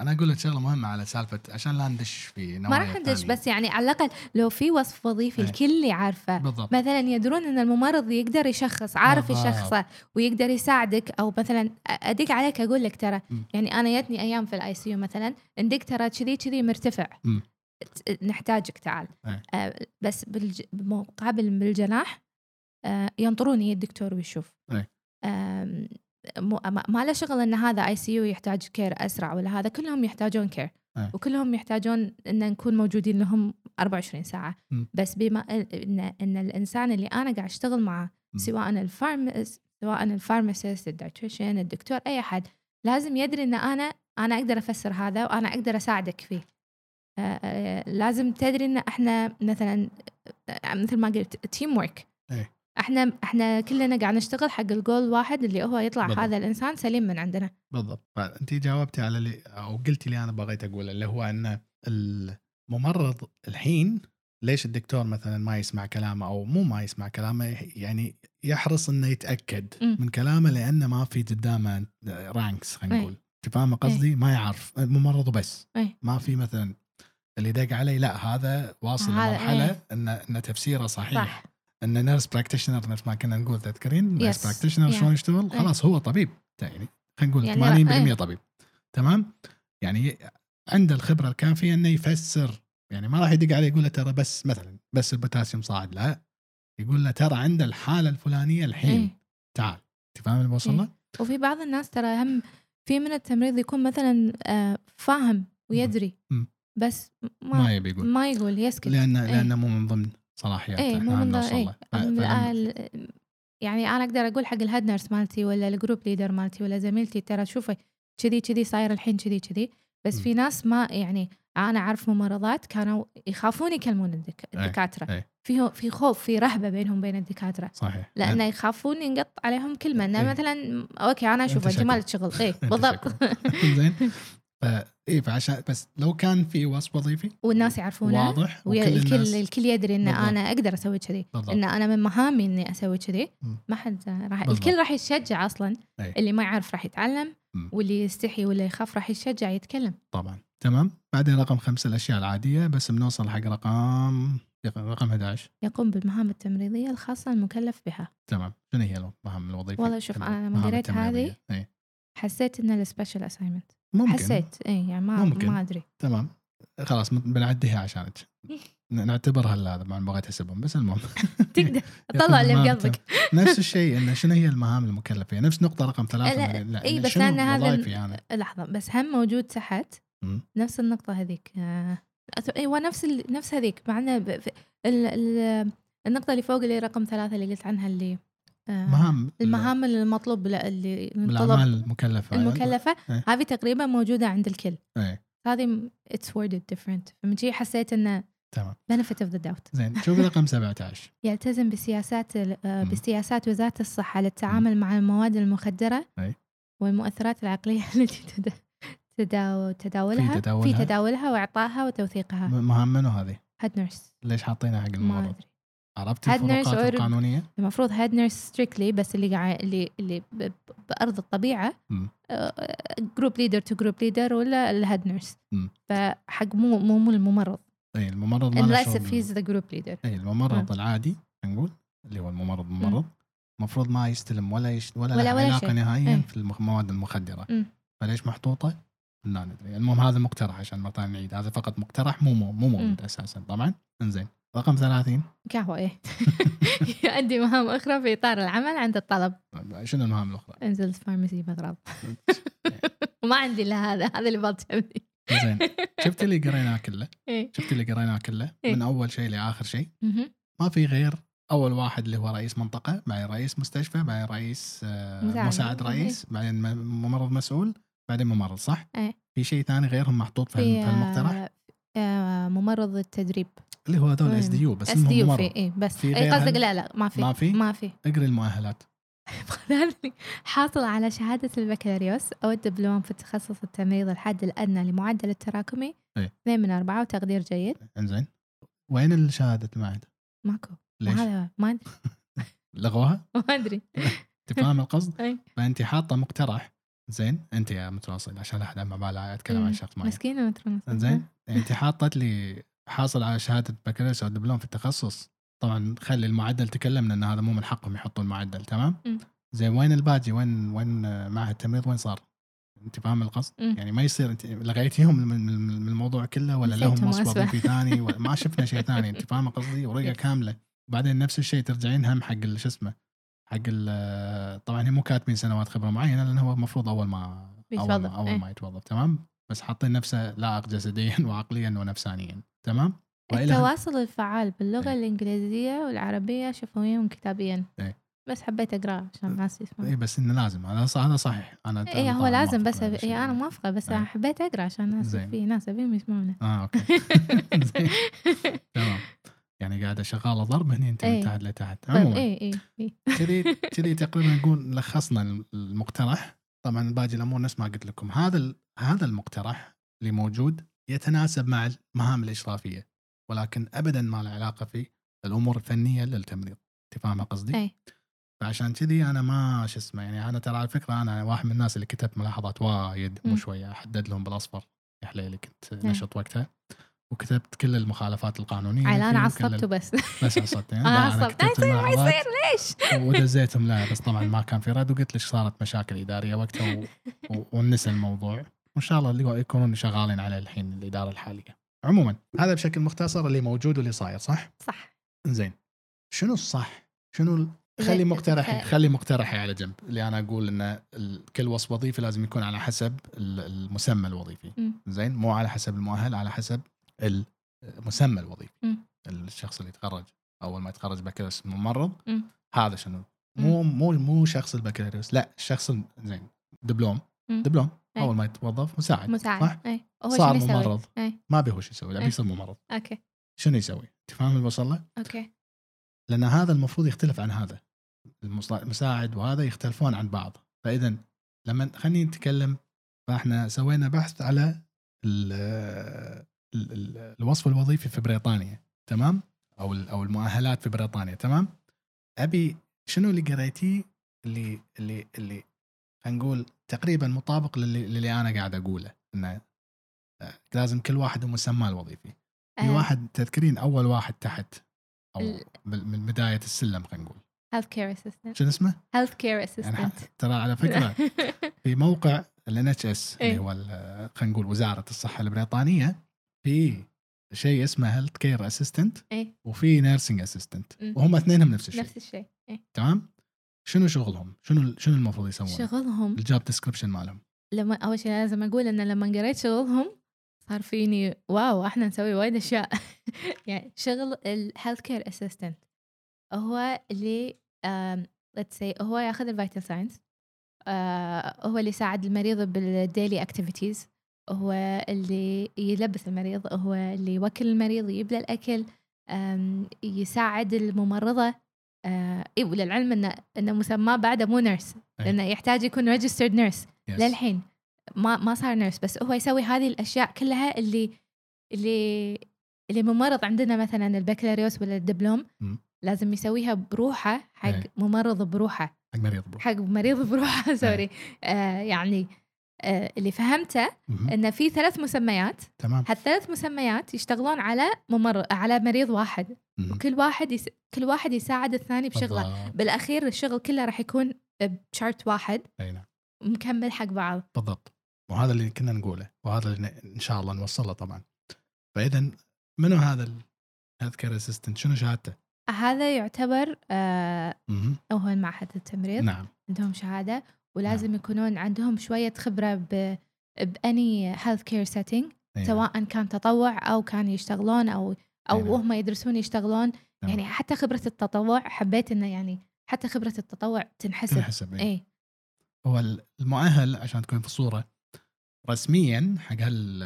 S1: انا اقول لك شغله مهمه على سالفه عشان لا ندش في
S2: ما
S1: نوايا
S2: راح ندش
S1: ثانية.
S2: بس يعني على الاقل لو في وصف وظيفي
S1: إيه.
S2: الكل يعرفه
S1: بالضبط
S2: مثلا يدرون ان الممرض يقدر يشخص عارف
S1: بالضبط.
S2: يشخصه ويقدر يساعدك او مثلا ادق عليك اقول لك ترى
S1: مم.
S2: يعني انا جتني ايام في الاي سي يو مثلا ندق ترى كذي كذي مرتفع
S1: مم.
S2: ت- نحتاجك تعال
S1: إيه.
S2: آه، بس بالج... مقابل بالجناح آه، ينطروني الدكتور ويشوف
S1: إيه.
S2: آم، مو- ما ما له شغل ان هذا اي سي يو يحتاج كير اسرع ولا هذا كلهم يحتاجون كير
S1: إيه.
S2: وكلهم يحتاجون ان نكون موجودين لهم 24 ساعه
S1: مم.
S2: بس بما ان ان الانسان اللي انا قاعد اشتغل معه
S1: مم.
S2: سواء الفارمس سواء الفارماسيست الدايتريشن الدكتور اي احد لازم يدري ان انا انا اقدر افسر هذا وانا اقدر اساعدك فيه آه، آه، لازم تدري ان احنا مثلا آه، مثل ما قلت تيم ورك
S1: إيه.
S2: احنا احنا كلنا قاعد نشتغل حق الجول واحد اللي هو يطلع
S1: بالضبط.
S2: هذا الانسان سليم من عندنا
S1: بالضبط فانت جاوبتي على اللي او قلتي اللي انا بغيت اقوله اللي هو ان الممرض الحين ليش الدكتور مثلا ما يسمع كلامه او مو ما يسمع كلامه يعني يحرص انه يتاكد
S2: مم.
S1: من كلامه لانه ما في قدامه رانكس خلينا
S2: إيه.
S1: نقول انت فاهمه قصدي؟ ما يعرف ممرض وبس
S2: إيه.
S1: ما في مثلا اللي دق علي لا هذا واصل
S2: هذا
S1: لمرحله
S2: إيه.
S1: ان ان تفسيره صحيح
S2: صح
S1: ان نيرس براكتشنر نفس ما كنا نقول تذكرين
S2: Yes.
S1: نيرس براكتشنر
S2: Yeah. إيه.
S1: شلون يشتغل خلاص هو طبيب يعني خلينا
S2: يعني
S1: نقول
S2: لا-
S1: 80%
S2: إيه.
S1: طبيب تمام يعني عنده الخبره الكافيه انه يفسر يعني ما راح يدق عليه يقول له ترى بس مثلا بس البوتاسيوم صاعد لا يقول له ترى عنده الحاله الفلانيه الحين
S2: إيه.
S1: تعال انت فاهم اللي بوصل له؟
S2: وفي بعض الناس ترى هم في من التمريض يكون مثلا آه، فاهم ويدري
S1: مم.
S2: بس ما
S1: ما يبي يقول
S2: ما يقول يسكت
S1: لانه
S2: إيه.
S1: لانه مو من ضمن صلاحياته
S2: اي
S1: إحنا
S2: مو من
S1: ما
S2: ضمن-
S1: نوصل
S2: إيه.
S1: له. ف- فلما-
S2: ال- يعني انا اقدر اقول حق الهيد نيرس مالتي ولا الجروب ليدر مالتي ولا زميلتي ترى شوفي كذي كذي صاير الحين كذي كذي بس
S1: مم.
S2: في ناس ما يعني انا اعرف ممرضات كانوا يخافون يكلمون الدك...
S1: إيه،
S2: الدكاتره
S1: إيه.
S2: فيهم في خوف في رهبه بينهم بين الدكاتره
S1: صحيح
S2: لانه يخافون ينقط عليهم كلمه انه
S1: إيه.
S2: مثلا اوكي انا اشوف
S1: أنت
S2: انت مالك شغل اي بالضبط
S1: زين فا اي فعشان بس لو كان في وصف وظيفي
S2: والناس يعرفونه
S1: واضح وكل الناس
S2: والكل الكل يدري ان
S1: بالضبط.
S2: انا اقدر اسوي كذي ان
S1: بالضبط
S2: انا من مهامي اني اسوي كذي
S1: مم.
S2: ما حد راح
S1: بالضبط.
S2: الكل راح يتشجع اصلا
S1: أي.
S2: اللي ما يعرف راح يتعلم
S1: مم.
S2: واللي يستحي ولا يخاف راح يتشجع يتكلم
S1: طبعا تمام بعدين رقم خمسة الاشياء العاديه بس بنوصل حق رقم رقم 11
S2: يقوم بالمهام التمريضيه الخاصه المكلف بها
S1: تمام شنو هي المهام الوظيفيه
S2: والله شوف أنا لما
S1: المهام
S2: قريت
S1: التمريضية. إيه.
S2: حسيت انه السبيشل اساينمنت
S1: ممكن
S2: حسيت اي يعني ما
S1: ممكن.
S2: ما ادري
S1: تمام خلاص م- بنعديها عشانك ن- نعتبرها هلا ما بغيت احسبهم بس المهم
S2: تقدر تطلع اللي
S1: المهام
S2: بقلبك
S1: نفس الشيء انه شنو هي المهام المكلفه فيها؟ نفس نقطه رقم ثلاثه
S2: لا،
S1: لا
S2: إي،
S1: إن
S2: بس
S1: شنو
S2: لأن هذا
S1: وظائفي يعني؟ انا
S2: لحظه بس هم موجود تحت
S1: مم.
S2: نفس إيه، النقطه هذيك آه، أت- ايوه نفس ال... نفس هذيك معنا ب... ب- ال... ال... النقطه اللي فوق اللي رقم ثلاثة اللي قلت عنها اللي آه،
S1: مهام
S2: المهام اللي المطلوب لا- اللي
S1: بالاعمال
S2: المطلب
S1: المكلفه
S2: المكلفه
S1: إيه.
S2: هذه تقريبا موجوده عند الكل
S1: إيه.
S2: هذه اتس worded different فمن جي حسيت انه
S1: تمام
S2: benefit of the doubt
S1: زين شوف رقم 17
S2: يلتزم بسياسات ال- آه،
S1: مم.
S2: بسياسات وزارة الصحة للتعامل مع المواد المخدرة
S1: أي.
S2: والمؤثرات العقلية التي تدا- تداو- تداولها
S1: في تداولها.
S2: في تداولها وإعطائها وتوثيقها
S1: م- مهمه إنه هذه
S2: هيد نيرس
S1: ليش حاطينها حق
S2: ما
S1: الممرض؟
S2: أدري
S1: عرفت
S2: Head nurse
S1: الفروقات
S2: or-
S1: القانونيه؟
S2: المفروض هيد نيرس ستريكتلي بس اللي قاعد اللي اللي ب- بأرض الطبيعة آه،
S1: مم.
S2: جروب ليدر تو جروب ليدر ولا الهيد نيرس
S1: مم.
S2: فحق مو مو مو الممرض
S1: اي إيه، الممرض ما له
S2: unless
S1: شغل
S2: if he's آه. the group leader
S1: اي الممرض العادي نقول اللي هو الممرض الممرض المفروض ما يستلم ولا يش... ولا,
S2: ولا-
S1: له
S2: ولا
S1: علاقه
S2: شيء.
S1: نهائيا
S2: إيه.
S1: في المخ- المواد المخدره
S2: مم.
S1: فليش محطوطه؟ لا ندري المهم هذا مقترح عشان ما طالع نعيد هذا فقط مقترح مو مو, مو موجود اساسا طبعا انزين رقم 30
S2: قهوة ايه عندي مهام أخرى في إطار العمل عند الطلب
S1: طيب، شنو المهام الاخرى؟
S2: انزل الفارماسي بضرب وما عندي الا هذا هذا اللي بطلبني
S1: زين شفت اللي قريناه كله
S2: إيه.
S1: شفت اللي قريناه كله
S2: إيه.
S1: من اول شيء لاخر شيء
S2: مهم.
S1: ما في غير اول واحد اللي هو رئيس منطقه بعدين رئيس مستشفى بعدين رئيس آه،
S2: مساعد.
S1: مساعد رئيس بعدين م- ممرض مسؤول بعدين ممرض صح؟
S2: إيه.
S1: في شيء ثاني غيرهم محطوط في,
S2: في
S1: في المقترح
S2: آه، إيه. آه، ممرض التدريب
S1: اللي هو هذول
S2: مهم.
S1: اس دي يو بس
S2: اس دي
S1: اسمهم
S2: يو في
S1: ممرض
S2: اي بس
S1: في
S2: اي
S1: غيرها؟
S2: قصدك لا لا ما في
S1: ما في؟
S2: ما في
S1: اقري المؤهلات
S2: هذا اللي حاصل على شهادة البكالوريوس أو الدبلوم في تخصص التمريض الحد الأدنى لمعدل التراكمي
S1: إيه.
S2: 2 من 4 وتقدير جيد
S1: انزين وين الشهاده المعهد؟
S2: ماكو ما
S1: ليش؟
S2: هذا ما أدري
S1: لغوها؟
S2: ما أدري
S1: تفهم القصد؟
S2: إيه.
S1: فانت حاطه مقترح زين انت يا متواصل عشان احد ما باله اتكلم عن
S2: مم.
S1: شخص معين
S2: مسكينة مترونة
S1: انزين انت حاطت يعني لي حاصل على شهاده بكالوريوس او دبلوم في التخصص طبعا خلي المعدل تكلمنا ان هذا مو من حقهم يحطون معدل تمام
S2: مم.
S1: زين وين الباجي وين وين آه، معهد التمريض وين صار انت فاهم القصد
S2: مم.
S1: يعني ما يصير انت لغيتيهم من- من من- من الموضوع كله ولا لهم
S2: نسيتهم
S1: وصفه
S2: أسوأ.
S1: ضيفي ثاني ولا- ما شفنا شيء ثاني انت فاهمه قصدي ورقه
S2: Yes.
S1: كامله بعدين نفس الشيء ترجعين هم حق ال- شو اسمه حق ال- طبعا هي مو كاتبين سنوات خبره معينه لان هو المفروض اول ما اول
S2: بيتوظف،
S1: ما, أول
S2: إيه.
S1: ما يتوظف تمام بس حاطين نفسه لائق جسديا وعقليا ونفسانيا تمام وإلى
S2: التواصل الفعال باللغة الإنجليزية والعربية شفويا وكتابيا
S1: إيه.
S2: بس حبيت أقرأ عشان الناس يسمعون
S1: اي إيه، بس انه لازم هذا صح هذا صحيح انا أنا
S2: إيه هو
S1: طبعاً
S2: لازم
S1: موافق
S2: بس
S1: على
S2: أبي
S1: الشيء
S2: إيه أنا
S1: ده.
S2: موافقة بس
S1: إيه.
S2: حبيت أقرأ عشان الناس
S1: زين.
S2: في ناس طيب، أبيهم يسمعونا
S1: اه اوكي زين. تمام يعني قاعده شغاله ضرب هني انت من
S2: إيه.
S1: تحت لتحت
S2: طيب
S1: عموما
S2: إيه إيه إيه
S1: كذي كذي تقريبا نقول لخصنا المقترح طبعا باقي الامور نفس ما قلت لكم هذا ال- هذا المقترح اللي موجود يتناسب مع المهام الاشرافيه ولكن ابدا ما له علاقه في الامور الفنيه للتمريض انت فاهمه قصدي؟
S2: إيه.
S1: فعشان كذي انا ما شو اسمه يعني انا ترى على فكره انا واحد من الناس اللي كتبت ملاحظات وايد مو
S2: مم.
S1: شويه احدد لهم بالاصفر يا حليلي كنت نشط وقتها وكتبت كل المخالفات القانونيه
S2: على أنا
S1: فيه وكل
S2: عصبت
S1: ال-
S2: وبس
S1: بس عصبت يعني.
S2: أنا
S1: لا، كتبت
S2: عصبت ما يصير ما
S1: الملاحظات.
S2: يصير ليش؟
S1: ودزيتهم لا بس طبعا ما كان في رد وقلت لك صارت مشاكل اداريه وقتها و... و... ونسى الموضوع وان شاء الله اللي هو يكونون شغالين عليه الحين الاداره الحاليه. عموما هذا بشكل مختصر اللي موجود واللي صاير صح؟
S2: صح
S1: زين شنو الصح؟ شنو ال...
S2: لا،
S1: خلي مقترحي
S2: خ-
S1: خلي مقترحي على جنب اللي انا اقول ان ال- كل وصف وظيفي لازم يكون على حسب ال- المسمى الوظيفي
S2: مم.
S1: زين مو على حسب المؤهل على حسب المسمى الوظيفي
S2: مم.
S1: الشخص اللي يتخرج اول ما يتخرج بكالوريوس ممرض
S2: مم.
S1: هذا شنو مو مو مو شخص البكالوريوس لا الشخص ال- زين دبلوم
S2: مم.
S1: دبلوم
S2: أي.
S1: اول ما يتوظف مساعد صح
S2: مساعد إيه هو
S1: صار
S2: شنو يسوي؟
S1: ممرض.
S2: إيه
S1: ما بيهوش يسوي لا
S2: أي.
S1: بيصير ممرض
S2: أوكي
S1: شنو يسوي تفهم اللي وصل له
S2: أوكي
S1: لان هذا المفروض يختلف عن هذا المص- المساعد وهذا يختلفون عن بعض فاذا لما خلينا نتكلم فاحنا سوينا بحث على ال ال ال الوصف الوظيفي في بريطانيا تمام او ال- او المؤهلات في بريطانيا تمام ابي شنو اللي قريتيه اللي اللي اللي خلينا نقول تقريبا مطابق للي, للي انا قاعد اقوله انه آه، لازم كل واحد ومسماه الوظيفي في
S2: آه،
S1: واحد تذكرين اول واحد تحت او
S2: ال-
S1: بال- من بدايه السلم خلينا نقول
S2: health care assistant
S1: شنو اسمه؟
S2: health care
S1: يعني ح-
S2: assistant
S1: ترى على فكره في موقع ال NHS اللي
S2: إيه.
S1: هو ال- خلينا نقول وزاره الصحه البريطانيه في شيء اسمه هيلث كير اسيستنت
S2: إيه
S1: وفي نيرسينج اسيستنت
S2: مم.
S1: وهم اثنينهم نفس الشيء
S2: نفس الشيء إيه
S1: تمام؟ شنو شغلهم؟ شنو ال- شنو المفروض يسوون؟
S2: شغلهم
S1: الجاب ديسكربشن مالهم
S2: لما اول شيء لازم اقول ان لما قريت شغلهم صار فيني واو احنا نسوي وايد اشياء يعني شغل الهيلث كير اسيستنت هو اللي ليتس سي هو ياخذ الفيتال ساينس آه، هو اللي يساعد المريض بالديلي اكتيفيتيز هو اللي يلبس المريض هو اللي يوكل المريض يجيب له الاكل آم، يساعد الممرضه آه، إيه، وللعلم انه انه مسماه بعده مو نيرس
S1: أي.
S2: لانه يحتاج يكون ريجسترد نيرس
S1: Yes.
S2: للحين ما ما صار نيرس بس هو يسوي هذه الاشياء كلها اللي اللي اللي ممرض عندنا مثلا البكالوريوس ولا الدبلوم
S1: مم.
S2: لازم يسويها بروحه حق
S1: إيه.
S2: ممرض بروحه
S1: حق مريض بروح.
S2: حق مريض بروحه
S1: إيه.
S2: سوري آه يعني آه اللي فهمته
S1: مهم.
S2: ان في ثلاث مسميات
S1: تمام
S2: هالثلاث مسميات يشتغلون على ممرض على مريض واحد وكل واحد يس... كل واحد يساعد الثاني بشغله
S1: بالضبط.
S2: بالاخير الشغل كله راح يكون بشارت واحد
S1: أي نعم.
S2: مكمل حق بعض
S1: بالضبط وهذا اللي كنا نقوله وهذا اللي ن- ان شاء الله نوصله طبعا فاذا منو هذا الهيلث كير اسيستنت شنو شهادته؟
S2: هذا يعتبر آه،
S1: مهم.
S2: أو هو المعهد التمريض نعم.
S1: نعم
S2: عندهم شهادة ولازم يكونون عندهم شوية خبرة ب بأني هيلث كير سيتنج
S1: أي نعم.
S2: سواء كان تطوع أو كان يشتغلون أو أو
S1: أي نعم.
S2: وهم يدرسون يشتغلون
S1: نعم.
S2: يعني حتى خبرة التطوع حبيت إنه يعني حتى خبرة التطوع تنحسب
S1: تنحسب إيه.
S2: إيه
S1: هو المؤهل عشان تكون في الصوره رسميا حق هال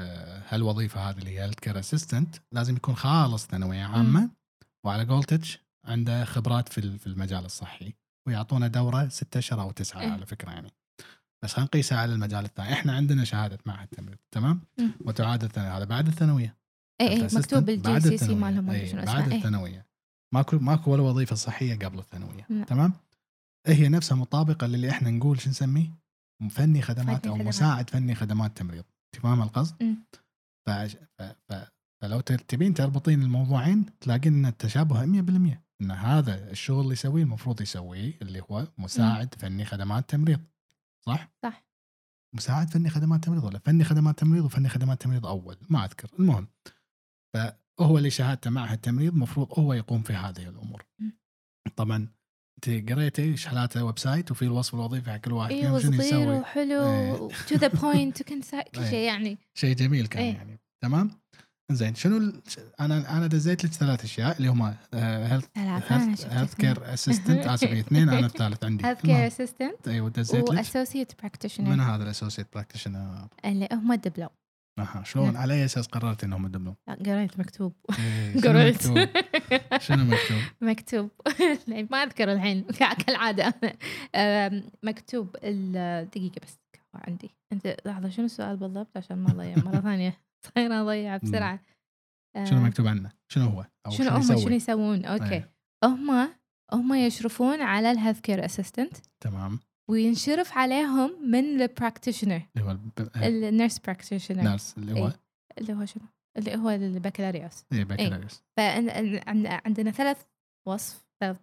S1: هالوظيفه هذه اللي هي هيلث كير اسيستنت لازم يكون خالص ثانويه عامه وعلى قولتج عنده خبرات في ال- في المجال الصحي ويعطونا دوره ستة اشهر او تسعه
S2: إيه.
S1: على فكره يعني بس خلينا نقيسها على المجال الثاني احنا عندنا شهاده معهد تمريض تمام
S2: مم.
S1: وتعاد الثانويه هذا بعد الثانويه
S2: إيه, إيه
S1: Health
S2: مكتوب
S1: Assistant
S2: بالجي
S1: بعد
S2: سي سي
S1: الثانوية.
S2: مالهم ولا
S1: إيه،
S2: شنو
S1: بعد
S2: اسمه إيه
S1: الثانويه ماكو ماكو ولا وظيفه صحيه قبل الثانويه
S2: نعم.
S1: تمام هي نفسها مطابقه للي احنا نقول شو نسميه فني خدمات
S2: فني
S1: او
S2: خدمات.
S1: مساعد فني خدمات تمريض أنت فاهم القصد
S2: مم.
S1: فعش- ف... ف... فلو ت- تبين تربطين الموضوعين تلاقين ان التشابه 100% ان هذا الشغل اللي يسويه المفروض يسويه اللي هو مساعد فني خدمات تمريض صح
S2: صح.
S1: مساعد فني خدمات تمريض ولا فني خدمات تمريض وفني خدمات تمريض اول ما اذكر المهم فهو اللي شهادته معهد تمريض المفروض هو يقوم في هذه الامور
S2: مم.
S1: طبعا انت قريتي شحلاته ويب سايت وفي الوصف الوظيفي حق كل واحد
S2: إيه
S1: فيهم شنو
S2: وصغير
S1: يسوي يعني إيه.
S2: وحلو تو ذا بوينت كل
S1: إيه.
S2: شيء يعني
S1: شيء جميل كان
S2: إيه.
S1: يعني تمام زين شنو ال- انا انا دزيت لك ثلاث اشياء اللي هما آه، هيلث
S2: ثلاثة أنا شفت
S1: هيلث
S2: اثنين.
S1: كير اسيستنت اسف هي اثنين انا الثالث عندي
S2: هيلث كير
S1: المهم.
S2: اسيستنت
S1: ايوه دزيت إيه. لك
S2: واسوسيت براكتشنر
S1: من هذا الاسوشيت براكتشنر
S2: اللي هم الدبلوم
S1: اها شلون
S2: نعم.
S1: على اي اساس قررت انهم الدبلوم؟
S2: لا، قريت مكتوب
S1: إيه، شنو
S2: قريت
S1: مكتوب؟ شنو مكتوب؟
S2: مكتوب لأن ما اذكر الحين ك- كالعاده أنا. أم، مكتوب ال- دقيقه بس عندي انت لحظه شنو السؤال بالضبط عشان ما اضيع مره ثانيه صاير اضيع بسرعه أه،
S1: شنو مكتوب عنه؟ شنو هو؟ او
S2: شنو هم شنو
S1: يسوي؟
S2: يسوون اوكي
S1: إيه،
S2: هم هم يشرفون على الهيلث كير اسيستنت
S1: تمام
S2: وينشرف عليهم من البراكتشنر
S1: اللي هو الب-
S2: النيرس براكتشنر
S1: الناس اللي هو
S2: إيه. اللي هو شنو اللي هو البكالوريوس
S1: إيه، بكالوريوس
S2: فعندنا ثلاث وصف ثلاث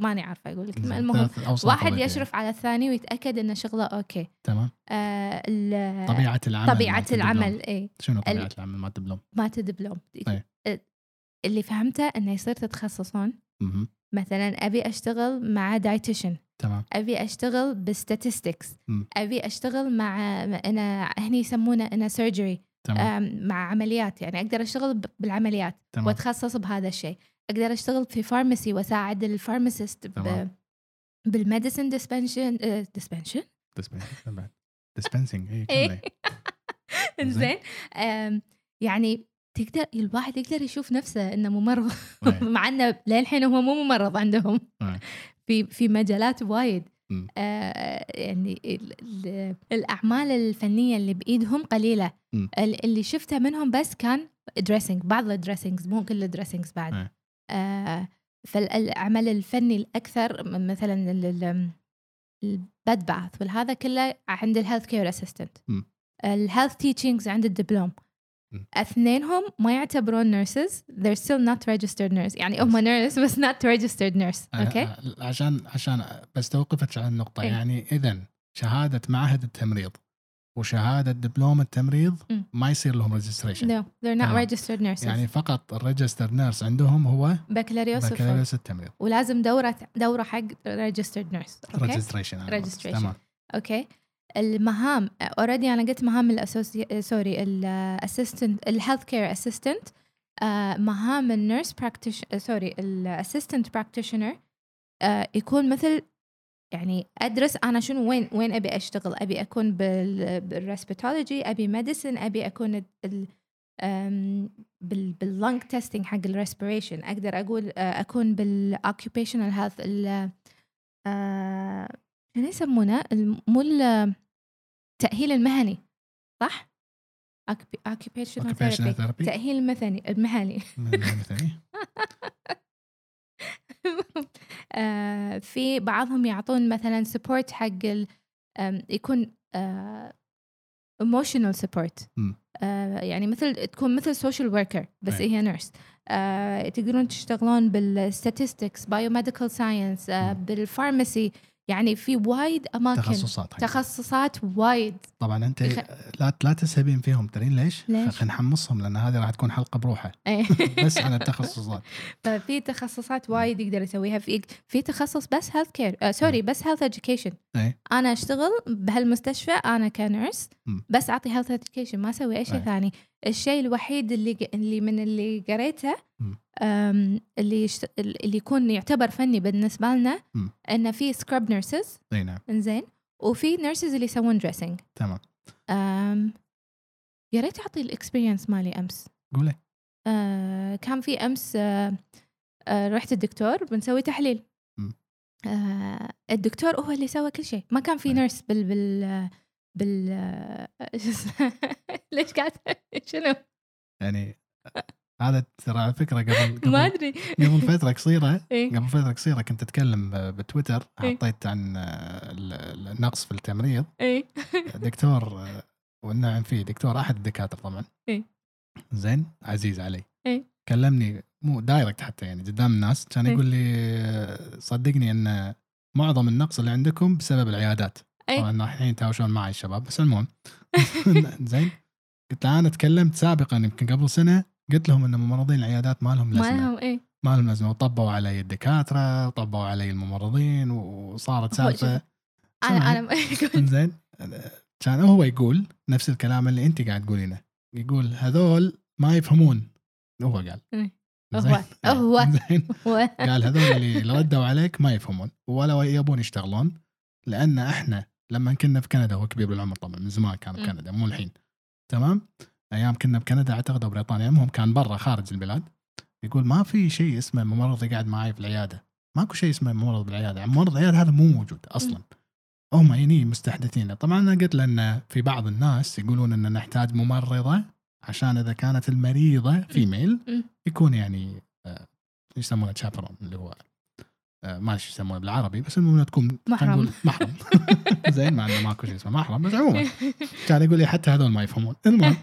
S2: ماني عارفه اقول لك
S1: زين،
S2: المهم
S1: ثلاث أوصاف
S2: واحد
S1: وظيفية.
S2: يشرف على الثاني ويتاكد ان شغله اوكي
S1: تمام
S2: آه ال-
S1: طبيعه العمل
S2: طبيعه
S1: مالت الدبلوم.
S2: العمل اي
S1: شنو طبيعه
S2: ال-
S1: العمل مالت الدبلوم؟
S2: ما تدبلوم
S1: أي.
S2: آه، اللي فهمته انه يصير تتخصصون
S1: مهم.
S2: مثلا ابي اشتغل مع دايتيشن
S1: تمام
S2: ابي اشتغل بالستاتستكس
S1: مم.
S2: ابي اشتغل مع انا هني يسمونه انا سيرجري
S1: تمام
S2: مع عمليات يعني اقدر اشتغل ب- بالعمليات
S1: تمام
S2: واتخصص بهذا الشيء اقدر اشتغل في فارماسي واساعد الفارماسيست ب... آه،
S1: تمام.
S2: بالميديسن ديسبنشن ديسبنشن
S1: ديسبنسنج
S2: إيه.
S1: اي زين.
S2: زين آم، يعني تقدر الواحد يقدر يشوف نفسه انه ممرض مع انه للحين هو مو ممرض عندهم
S1: إيه.
S2: في في مجالات وايد
S1: مم.
S2: آه، يعني ال- ال- الاعمال الفنيه اللي بايدهم قليله
S1: مم.
S2: ال- اللي شفته منهم بس كان دريسنج بعض الدريسنجز مو كل الدريسنجز بعد
S1: إيه.
S2: آه، فالعمل الفني الاكثر م- مثلا ال- ال- الباد باث والهذا كله عند الهيلث كير اسيستنت
S1: مم.
S2: الهيلث تيتشنجز عند الدبلوم
S1: مم.
S2: اثنينهم ما يعتبرون نيرسز they're still not registered nurse يعني هم نيرس بس not registered nurse اوكي
S1: آه، عشان عشان بس توقفت على النقطه
S2: إيه.
S1: يعني اذا شهاده معهد التمريض وشهاده دبلوم التمريض
S2: مم.
S1: ما يصير لهم ريجستريشن
S2: no they're not
S1: تمام.
S2: registered nurses
S1: يعني فقط الريجستر نيرس عندهم هو
S2: بكالوريوس وفوق.
S1: بكالوريوس التمريض
S2: ولازم دوره دوره حق registered nurse اوكي
S1: ريجستريشن
S2: Registration.
S1: تمام
S2: اوكي المهام اوريدي انا قلت مهام الاسوسي سوري الاسيستنت الهيلث كير اسيستنت آه، مهام آه، النيرس براكتيش سوري الاسيستنت براكتيشنر آه، يكون مثل يعني ادرس انا شنو وين وين ابي اشتغل ابي اكون بال- بالريسبيتولوجي ابي ميديسن ابي اكون ال- ال- أم، بال باللنج تيستينج حق الريسبيريشن اقدر اقول آه، اكون بالاوكيوبيشنال هيلث ال آه، شنو يسمونه الم- مو ال- التاهيل المهني صح؟ اوكيوبيشنال
S1: اوكيبيشنال
S2: ثيرابي
S1: ثيرابي
S2: التاهيل المثني المهني آه، في بعضهم يعطون مثلا سبورت حق ال آم، يكون آه، ايموشنال سبورت
S1: مم.
S2: يعني مثل تكون مثل سوشيال وركر بس
S1: أي.
S2: هي نيرس تقدرون تشتغلون بالستاتستكس بايوميديكال ساينس
S1: مم.
S2: بالفارماسي آه، يعني في وايد اماكن
S1: تخصصات حق.
S2: تخصصات وايد
S1: طبعا انت
S2: يخ-
S1: لا لا تسهبين فيهم تدرين ليش؟
S2: ليش؟
S1: خلينا نحمسهم لان هذه راح تكون حلقه بروحها
S2: إيه.
S1: بس عن التخصصات
S2: ففي تخصصات وايد يقدر يسويها في في تخصص بس هيلث كير آه سوري بس هيلث اديوكيشن
S1: أي.
S2: انا اشتغل بهالمستشفى انا كنيرس
S1: مم.
S2: بس اعطي هيلث اديوكيشن ما اسوي اي شيء
S1: أي.
S2: ثاني الشيء الوحيد اللي اللي من اللي قريته
S1: مم.
S2: أم، اللي يشت... اللي يكون يعتبر فني بالنسبه لنا
S1: مم.
S2: انه في سكراب نيرسز
S1: اي نعم
S2: انزين وفي نيرسز اللي يسوون دريسنج
S1: تمام
S2: يا ريت اعطي الاكسبيرينس مالي امس
S1: قولي
S2: آه، كان في امس آه، آه، رحت الدكتور بنسوي تحليل
S1: مم.
S2: آه، الدكتور هو اللي سوى كل شيء ما كان في
S1: أي.
S2: نيرس بال بال بال آه، شو اسمه؟ ليش قاعد شنو
S1: يعني هذا ترى على فكره قبل
S2: ما
S1: قبل,
S2: ادري
S1: قبل فتره قصيره
S2: إيه.
S1: قبل فتره قصيره كنت اتكلم بتويتر
S2: إيه.
S1: حطيت عن ال- ال- النقص في التمريض
S2: إيه.
S1: دكتور آه، والنعم فيه دكتور احد الدكاتره طبعا
S2: إيه.
S1: زين عزيز علي
S2: إيه.
S1: كلمني مو دايركت حتى يعني قدام الناس كان
S2: إيه.
S1: يقول لي آه، صدقني ان معظم النقص اللي عندكم بسبب العيادات
S2: إيه.
S1: طبعا الحين يتهاوشون معي الشباب بس المهم زين قلت له انا تكلمت سابقا يمكن قبل سنه قلت لهم ان ممرضين العيادات ما لهم
S2: ما
S1: لازمه
S2: لهم ايه
S1: ما لهم لازمه وطبوا علي الدكاتره وطبوا علي الممرضين وصارت
S2: هو
S1: سالفه
S2: شوف، انا
S1: سمعي.
S2: انا أقول
S1: زين كان هو يقول نفس الكلام اللي انت قاعد تقولينه يقول هذول ما يفهمون هو قال
S2: إيه. هو-
S1: زين؟
S2: هو.
S1: زين
S2: هو-
S1: قال هذول اللي اللي ردوا عليك ما يفهمون ولا يبون يشتغلون لان احنا لما كنا في كندا هو كبير بالعمر طبعا من زمان كان
S2: مم.
S1: بكندا مو الحين تمام ايام كنا بكندا اعتقد او بريطانيا المهم كان برا خارج البلاد يقول ما في شيء اسمه ممرض يقعد معي في العياده ماكو شيء اسمه ممرض بالعياده ممرض العياده هذا مو موجود اصلا
S2: مم.
S1: هم هني مستحدثين طبعا انا قلت له ان في بعض الناس يقولون ان نحتاج ممرضه عشان اذا كانت المريضه فيميل
S2: مم.
S1: يكون يعني آه، يسمونه تشابرون اللي هو آه، ما أدري شو يسمونه بالعربي بس المهم إنها تكون
S2: محرم.
S1: نقول محرم زين مع انه ماكو شيء اسمه محرم بس عموما كان يقول لي حتى هذول ما يفهمون المهم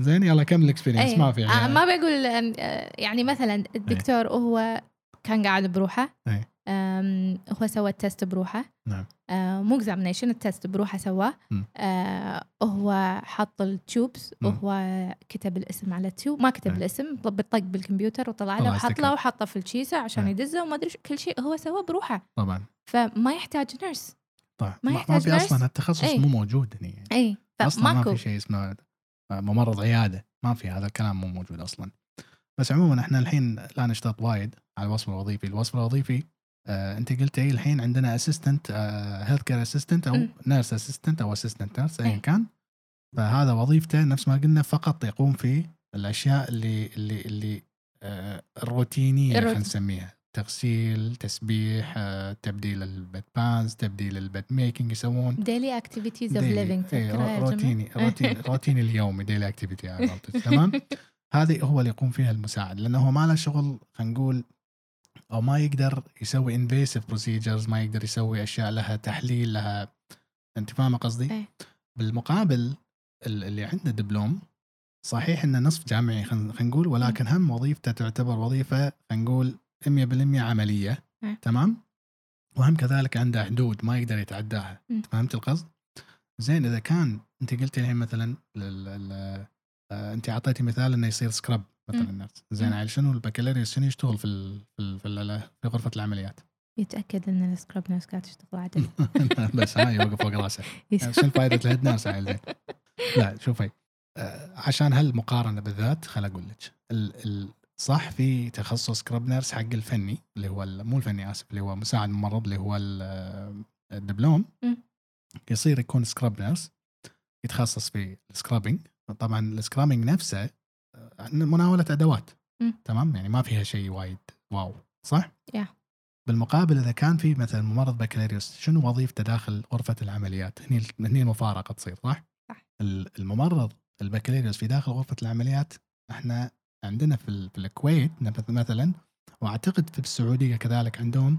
S1: زين يلا كمل الاكسبيرينس
S2: إيه.
S1: ما في
S2: آه، ما بقول أن- آه، يعني مثلا الدكتور هو كان قاعد بروحه
S1: إيه.
S2: أم، هو سوى التست بروحه
S1: نعم.
S2: آه، مو اكزامنيشن التست بروحه سواه
S1: مم.
S2: آه، هو حط التوبس
S1: مم.
S2: وهو كتب الاسم على التوب ما كتب
S1: إيه.
S2: الاسم طب بالطق بالكمبيوتر وطلع
S1: طلع
S2: له وحط
S1: sticker.
S2: له وحطه في الشيسه عشان
S1: إيه.
S2: يدزه وما ادري شو، كل شيء هو سواه بروحه
S1: طبعا
S2: فما يحتاج نيرس
S1: طبعا طيب. ما,
S2: ما
S1: ما
S2: يحتاج
S1: في
S2: ناس.
S1: اصلا التخصص
S2: إيه.
S1: مو موجود هني يعني.
S2: اي
S1: اصلا ما
S2: إيه. فماكو
S1: في شيء اسمه آه، ممرض عياده ما في هذا الكلام مو موجود اصلا بس عموما احنا الحين لا نشتط وايد على الوصف الوظيفي الوصف الوظيفي آه انت قلتي الحين عندنا آه، اسيستنت هيلث كير اسيستنت او
S2: مم.
S1: نيرس اسيستنت او اسيستنت نيرس ايا
S2: إيه.
S1: كان فهذا وظيفته نفس ما قلنا فقط يقوم في الاشياء اللي اللي اللي آه الروتينيه
S2: الروت-
S1: خلينا نسميها تغسيل تسبيح آه تبديل البيت بانز تبديل البيت ميكينج يسوون
S2: ديلي اكتيفيتيز اوف
S1: Daily.
S2: ليفينج
S1: إيه، رو- روتيني روتين روتين اليومي ديلي اكتيفيتي على قولتك، تمام هذه هو اللي يقوم فيها المساعد لانه هو ما له شغل خلينا نقول او ما يقدر يسوي انفيسيف بروسيجرز ما يقدر يسوي اشياء لها تحليل لها انت فاهمه قصدي؟
S2: إيه.
S1: بالمقابل ال- اللي عنده دبلوم صحيح انه نصف جامعي خلينا نقول
S2: إيه.
S1: ولكن هم وظيفته تعتبر وظيفه خلينا نقول 100% عمليه
S2: إيه.
S1: تمام؟ وهم كذلك عنده حدود ما يقدر يتعداها
S2: مم.
S1: فهمت القصد؟ زين اذا كان انت قلتي الحين مثلا لل- ال- آه، انت اعطيتي مثال انه يصير
S2: إيه.
S1: سكرب مثلا
S2: مم.
S1: الناس زين
S2: مم.
S1: على شنو البكالوريوس شنو يشتغل في ال في ال في, ال في غرفه العمليات
S2: يتاكد ان السكراب نيرس قاعد تشتغل إيه. عدل إيه.
S1: بس هاي يوقف فوق راسه يعني شنو فائده الهيد نيرس عيل زين؟ لا شوفي آه، عشان هالمقارنه بالذات خل اقول لك ال- ال- صح في تخصص كراب نيرس حق الفني اللي هو ال- مو الفني اسف اللي هو مساعد ممرض اللي هو ال- آه، الدبلوم
S2: مم.
S1: يصير يكون سكراب نيرس يتخصص في السكرابينج طبعا السكرابينج نفسه آه، مناوله ادوات
S2: مم.
S1: تمام يعني ما فيها شيء وايد واو صح؟
S2: Yeah.
S1: بالمقابل اذا كان في مثلا ممرض بكالوريوس شنو وظيفته داخل غرفه العمليات؟ هني هني المفارقه تصير صح؟
S2: صح.
S1: ال- الممرض البكالوريوس في داخل غرفه العمليات احنا عندنا في, ال- في الكويت نف- مثلا واعتقد في السعوديه كذلك عندهم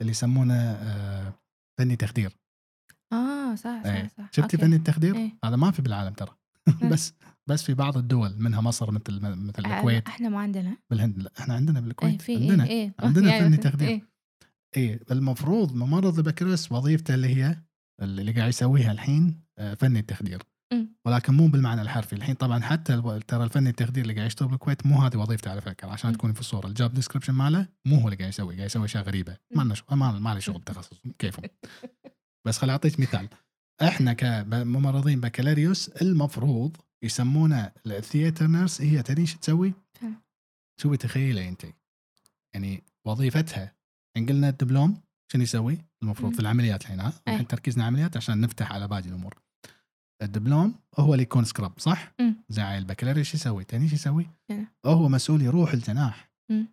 S1: اللي يسمونه آه، فني تخدير
S2: اه صح
S1: إيه.
S2: صح صح
S1: شفتي
S2: أوكي.
S1: فني التخدير؟
S2: إيه.
S1: هذا ما في بالعالم ترى
S2: مم.
S1: بس بس في بعض الدول منها مصر مثل مثل
S2: آه،
S1: الكويت
S2: احنا ما عندنا
S1: بالهند لا، احنا عندنا
S2: اي
S1: بالكويت
S2: في إيه،
S1: عندنا
S2: إيه.
S1: عندنا
S2: يعني
S1: فني
S2: مثلاً،
S1: تخدير.
S2: إيه.
S1: اي المفروض ممرض البكالوريوس وظيفته اللي هي اللي قاعد يسويها الحين آه، فني التخدير
S2: مم.
S1: ولكن مو بالمعنى الحرفي الحين طبعا حتى الو- ترى الفني التخدير اللي قاعد يشتغل بالكويت مو هذه وظيفته على فكره عشان
S2: مم.
S1: تكون في الصوره الجاب ديسكربشن ماله مو هو اللي قاعد يسوي قاعد يسوي اشياء غريبه ما لنا شغل ما ما لي شغل بتخصص كيفهم بس خل اعطيك مثال احنا كممرضين بكالوريوس المفروض يسمونه الثياتر نيرس هي تدري شو تسوي؟
S2: فهم.
S1: شو تخيلي انت يعني وظيفتها ان قلنا الدبلوم شنو يسوي؟ المفروض
S2: مم. إيه.
S1: في العمليات الحين ها؟
S2: أي.
S1: الحين تركيزنا عمليات عشان نفتح على باقي الامور. الدبلوم هو اللي يكون سكراب صح؟
S2: مم.
S1: زعل البكالوريوس شو يسوي؟ تاني شو يسوي؟
S2: نعم.
S1: هو مسؤول يروح الجناح
S2: مم.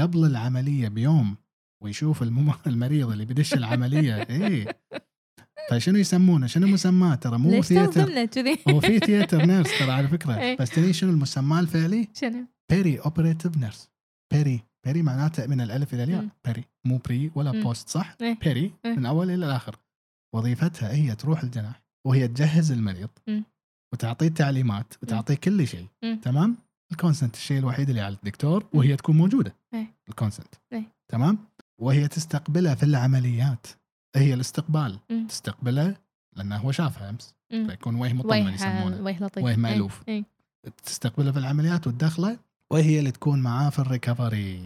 S1: قبل العمليه بيوم ويشوف المم... المريض اللي بدش العمليه اي فشنو يسمونه؟ شنو مسماه؟ ترى مو
S2: ليش إيه.
S1: ثياتر
S2: تظلمنا كذي؟
S1: هو في ثياتر نيرس ترى على فكره
S2: أي.
S1: بس تدري شنو المسمى الفعلي؟
S2: شنو؟
S1: بيري اوبريتيف نيرس بيري بيري معناته من الالف الى الياء
S2: مم.
S1: بيري مو بري ولا
S2: مم.
S1: بوست صح؟
S2: إيه.
S1: بيري
S2: إيه.
S1: من اول الى الاخر وظيفتها هي تروح الجناح وهي تجهز المريض
S2: مم.
S1: وتعطيه التعليمات وتعطيه كل شيء
S2: مم.
S1: تمام؟ الكونسنت الشيء الوحيد اللي على الدكتور وهي تكون موجوده
S2: إيه.
S1: الكونسنت
S2: إيه.
S1: تمام؟ وهي تستقبله في العمليات هي الاستقبال
S2: مم.
S1: تستقبله لانه هو شافها امس
S2: مم.
S1: فيكون وجه مطمن يسمونه
S2: ويه ويه لطيف
S1: ويه
S2: إيه،
S1: مألوف.
S2: إيه.
S1: تستقبله في العمليات وتدخله وهي اللي تكون معاه في الريكفري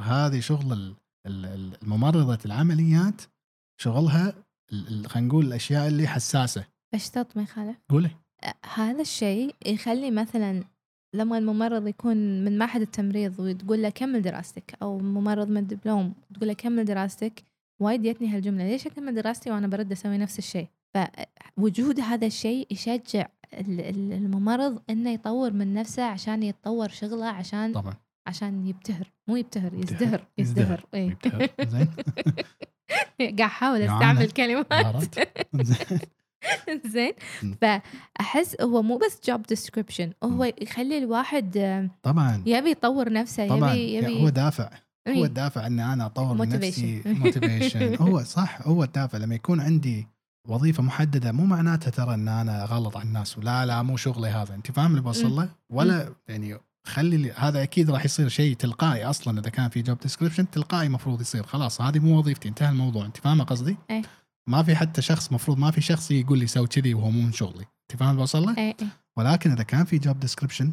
S1: وهذه شغل ال- ال- ال- الممرضة العمليات شغلها ال- ال- خلينا نقول الأشياء اللي حساسة
S2: بشتط ما يخالف
S1: قولي
S2: هذا الشيء يخلي مثلا لما الممرض يكون من معهد التمريض وتقول له كمل دراستك او ممرض من الدبلوم تقول له كمل دراستك وايد جتني هالجمله ليش اكمل دراستي وانا برد اسوي نفس الشيء فوجود هذا الشيء يشجع ال- ال- الممرض انه يطور من نفسه عشان يتطور شغله عشان
S1: طبعا
S2: عشان يبتهر مو يبتهر
S1: يبتهر.
S2: يزدهر
S1: يزدهر.
S2: يزدهر إيه.
S1: يبتهر. زين
S2: قاعد احاول
S1: يا
S2: استعمل
S1: عالم.
S2: كلمات
S1: عرفت؟ زين.
S2: زين
S1: مم.
S2: فاحس هو مو بس جوب ديسكربشن هو
S1: مم.
S2: يخلي الواحد آه،
S1: طبعا
S2: يبي يطور نفسه
S1: طبعا
S2: يبي
S1: يعني هو
S2: يبي
S1: دافع
S2: إيه.
S1: هو الدافع ان انا اطور من نفسي
S2: Motivation.
S1: موتيفيشن هو صح هو الدافع لما يكون عندي وظيفه محدده مو معناتها ترى ان انا غلط على الناس ولا لا مو شغلي هذا انت فاهم اللي بوصل
S2: إيه.
S1: له ولا يعني خلي لي- هذا اكيد راح يصير شيء تلقائي اصلا اذا كان في جوب ديسكربشن تلقائي المفروض يصير خلاص هذه مو وظيفتي انتهى الموضوع انت فاهمه قصدي؟
S2: إيه.
S1: ما في حتى شخص مفروض ما في شخص يقول لي سوي كذي وهو مو من شغلي انت فاهم اللي بوصل له؟
S2: إيه، إيه.
S1: ولكن اذا كان في جوب ديسكربشن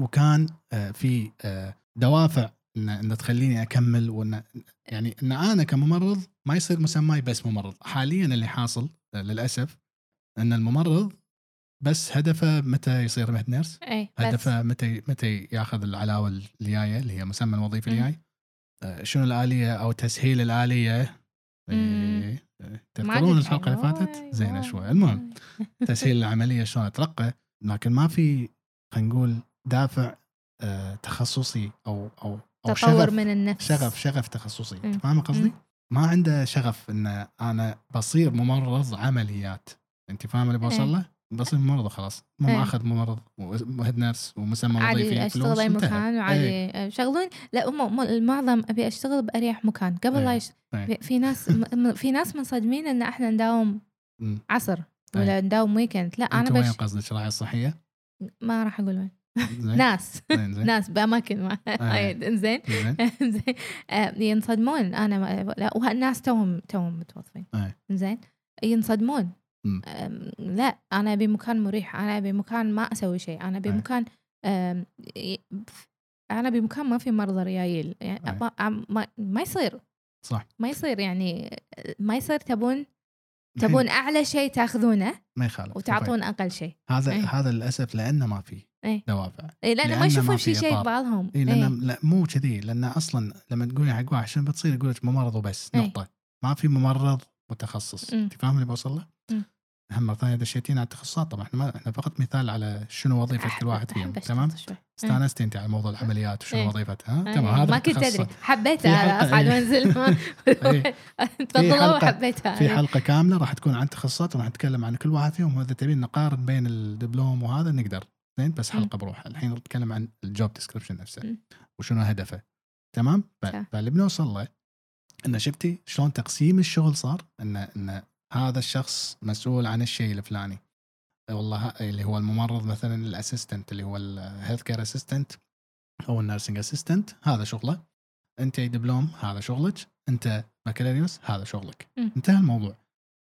S1: وكان آه، في آه، دوافع ان ان تخليني اكمل وان يعني ان انا كممرض ما يصير مسماي بس ممرض، حاليا اللي حاصل آه، للاسف ان الممرض بس هدفه متى يصير مهد نيرس؟
S2: إيه، بس.
S1: هدفه متى متى ياخذ العلاوه اللي جايه اللي هي مسمى الوظيفه اللي
S2: مم.
S1: جاي آه، شنو الاليه او تسهيل الاليه
S2: مم.
S1: إيه، إيه.
S2: ما
S1: تذكرون
S2: أدري. أيوة.
S1: الحلقه اللي
S2: واي،
S1: فاتت؟ زينه
S2: واي،
S1: شوي، المهم
S2: واي.
S1: تسهيل العمليه شلون اترقى لكن ما في خلينا نقول دافع آه، تخصصي او او او
S2: تطور
S1: شغف
S2: من النفس
S1: شغف شغف تخصصي
S2: مم.
S1: أنت فاهمه قصدي؟
S2: مم.
S1: ما عنده شغف ان انا بصير ممرض عمليات انت فاهمه اللي بوصل
S2: إيه.
S1: له؟ بصير ممرض خلاص مو
S2: إيه.
S1: ماخذ ممرض وهيد نيرس ومسمى
S2: عادي
S1: وظيفي
S2: اشتغل
S1: فلوس
S2: اي
S1: انتهى إيه.
S2: مكان وعادي آه، شغلون لا هم هم المعظم ابي اشتغل باريح مكان قبل لا
S1: إيه،
S2: يش...
S1: إيه.
S2: في ناس م- م- في ناس منصدمين ان احنا نداوم
S1: مم.
S2: عصر ولا نداوم ويكند لا
S1: انت
S2: انا
S1: إيه. وين
S2: بش...
S1: قصدك راعي الصحيه؟
S2: ما راح اقول وين
S1: زين
S2: ناس
S1: زين زين
S2: ناس باماكن ما
S1: إيه.
S2: إيه، انزين
S1: زين
S2: زين آه، ينصدمون انا ما لا وهالناس توهم توهم متوظفين
S1: أي.
S2: زين ينصدمون
S1: أمم.
S2: أم، لا انا ابي مكان مريح انا ابي مكان ما اسوي شيء انا ابي
S1: أي.
S2: مكان أم، ي- انا ابي مكان ما في مرضى ريايل يعني
S1: أي.
S2: ما- ما, ما يصير
S1: صح
S2: ما يصير يعني ما يصير تبون
S1: الحين
S2: تبون اعلى شيء تاخذونه
S1: ما يخالف طيب.
S2: وتعطون اقل شيء
S1: هذا
S2: إيه.
S1: هذا للاسف لانه ما في
S2: إيه.
S1: دوافع
S2: إيه لانه
S1: لأنه
S2: ما
S1: ما
S2: يشوفون
S1: في
S2: شيء شيء
S1: إطار.
S2: ببعضهم
S1: اي لان
S2: إيه.
S1: لا مو كذي لان اصلا لما تقولي حق واحد شنو بتصير يقول لك ممرض وبس
S2: إيه.
S1: نقطه ما في ممرض متخصص
S2: مم.
S1: انت فاهم اللي بوصل له؟
S2: مم.
S1: هم مره ثانيه دشيتينا على التخصصات طبعا احنا ما احنا فقط مثال على شنو وظيفه كل واحد
S2: أحب-
S1: فيهم
S2: أحب
S1: تمام؟
S2: أشتغل شوي.
S1: استانستي انت على موضوع العمليات وشنو
S2: إيه.
S1: وظيفتها
S2: إيه.
S1: تمام هذا
S2: ما كنت
S1: التخصص.
S2: ادري حبيتها
S1: في
S2: هذا
S1: حلقة-
S2: اصعد
S1: إيه.
S2: وانزل
S1: إيه.
S2: تفضلوا
S1: حلقة-
S2: وحبيتها
S1: في
S2: إيه.
S1: حلقه كامله راح تكون عن التخصصات وراح نتكلم عن كل واحد فيهم واذا تبين نقارن بين الدبلوم وهذا نقدر زين بس
S2: مم.
S1: حلقه بروحها الحين نتكلم عن الجوب ديسكربشن نفسه
S2: مم.
S1: وشنو هدفه تمام ف-
S2: صح.
S1: فاللي بنوصل له ان شفتي شلون تقسيم الشغل صار ان ان هذا الشخص مسؤول عن الشيء الفلاني والله ه- اللي هو الممرض مثلا الاسيستنت اللي هو الهيلث كير اسيستنت او النيرسينج اسيستنت هذا شغله انت دبلوم هذا شغلك انت بكالوريوس هذا شغلك
S2: مم.
S1: انتهى الموضوع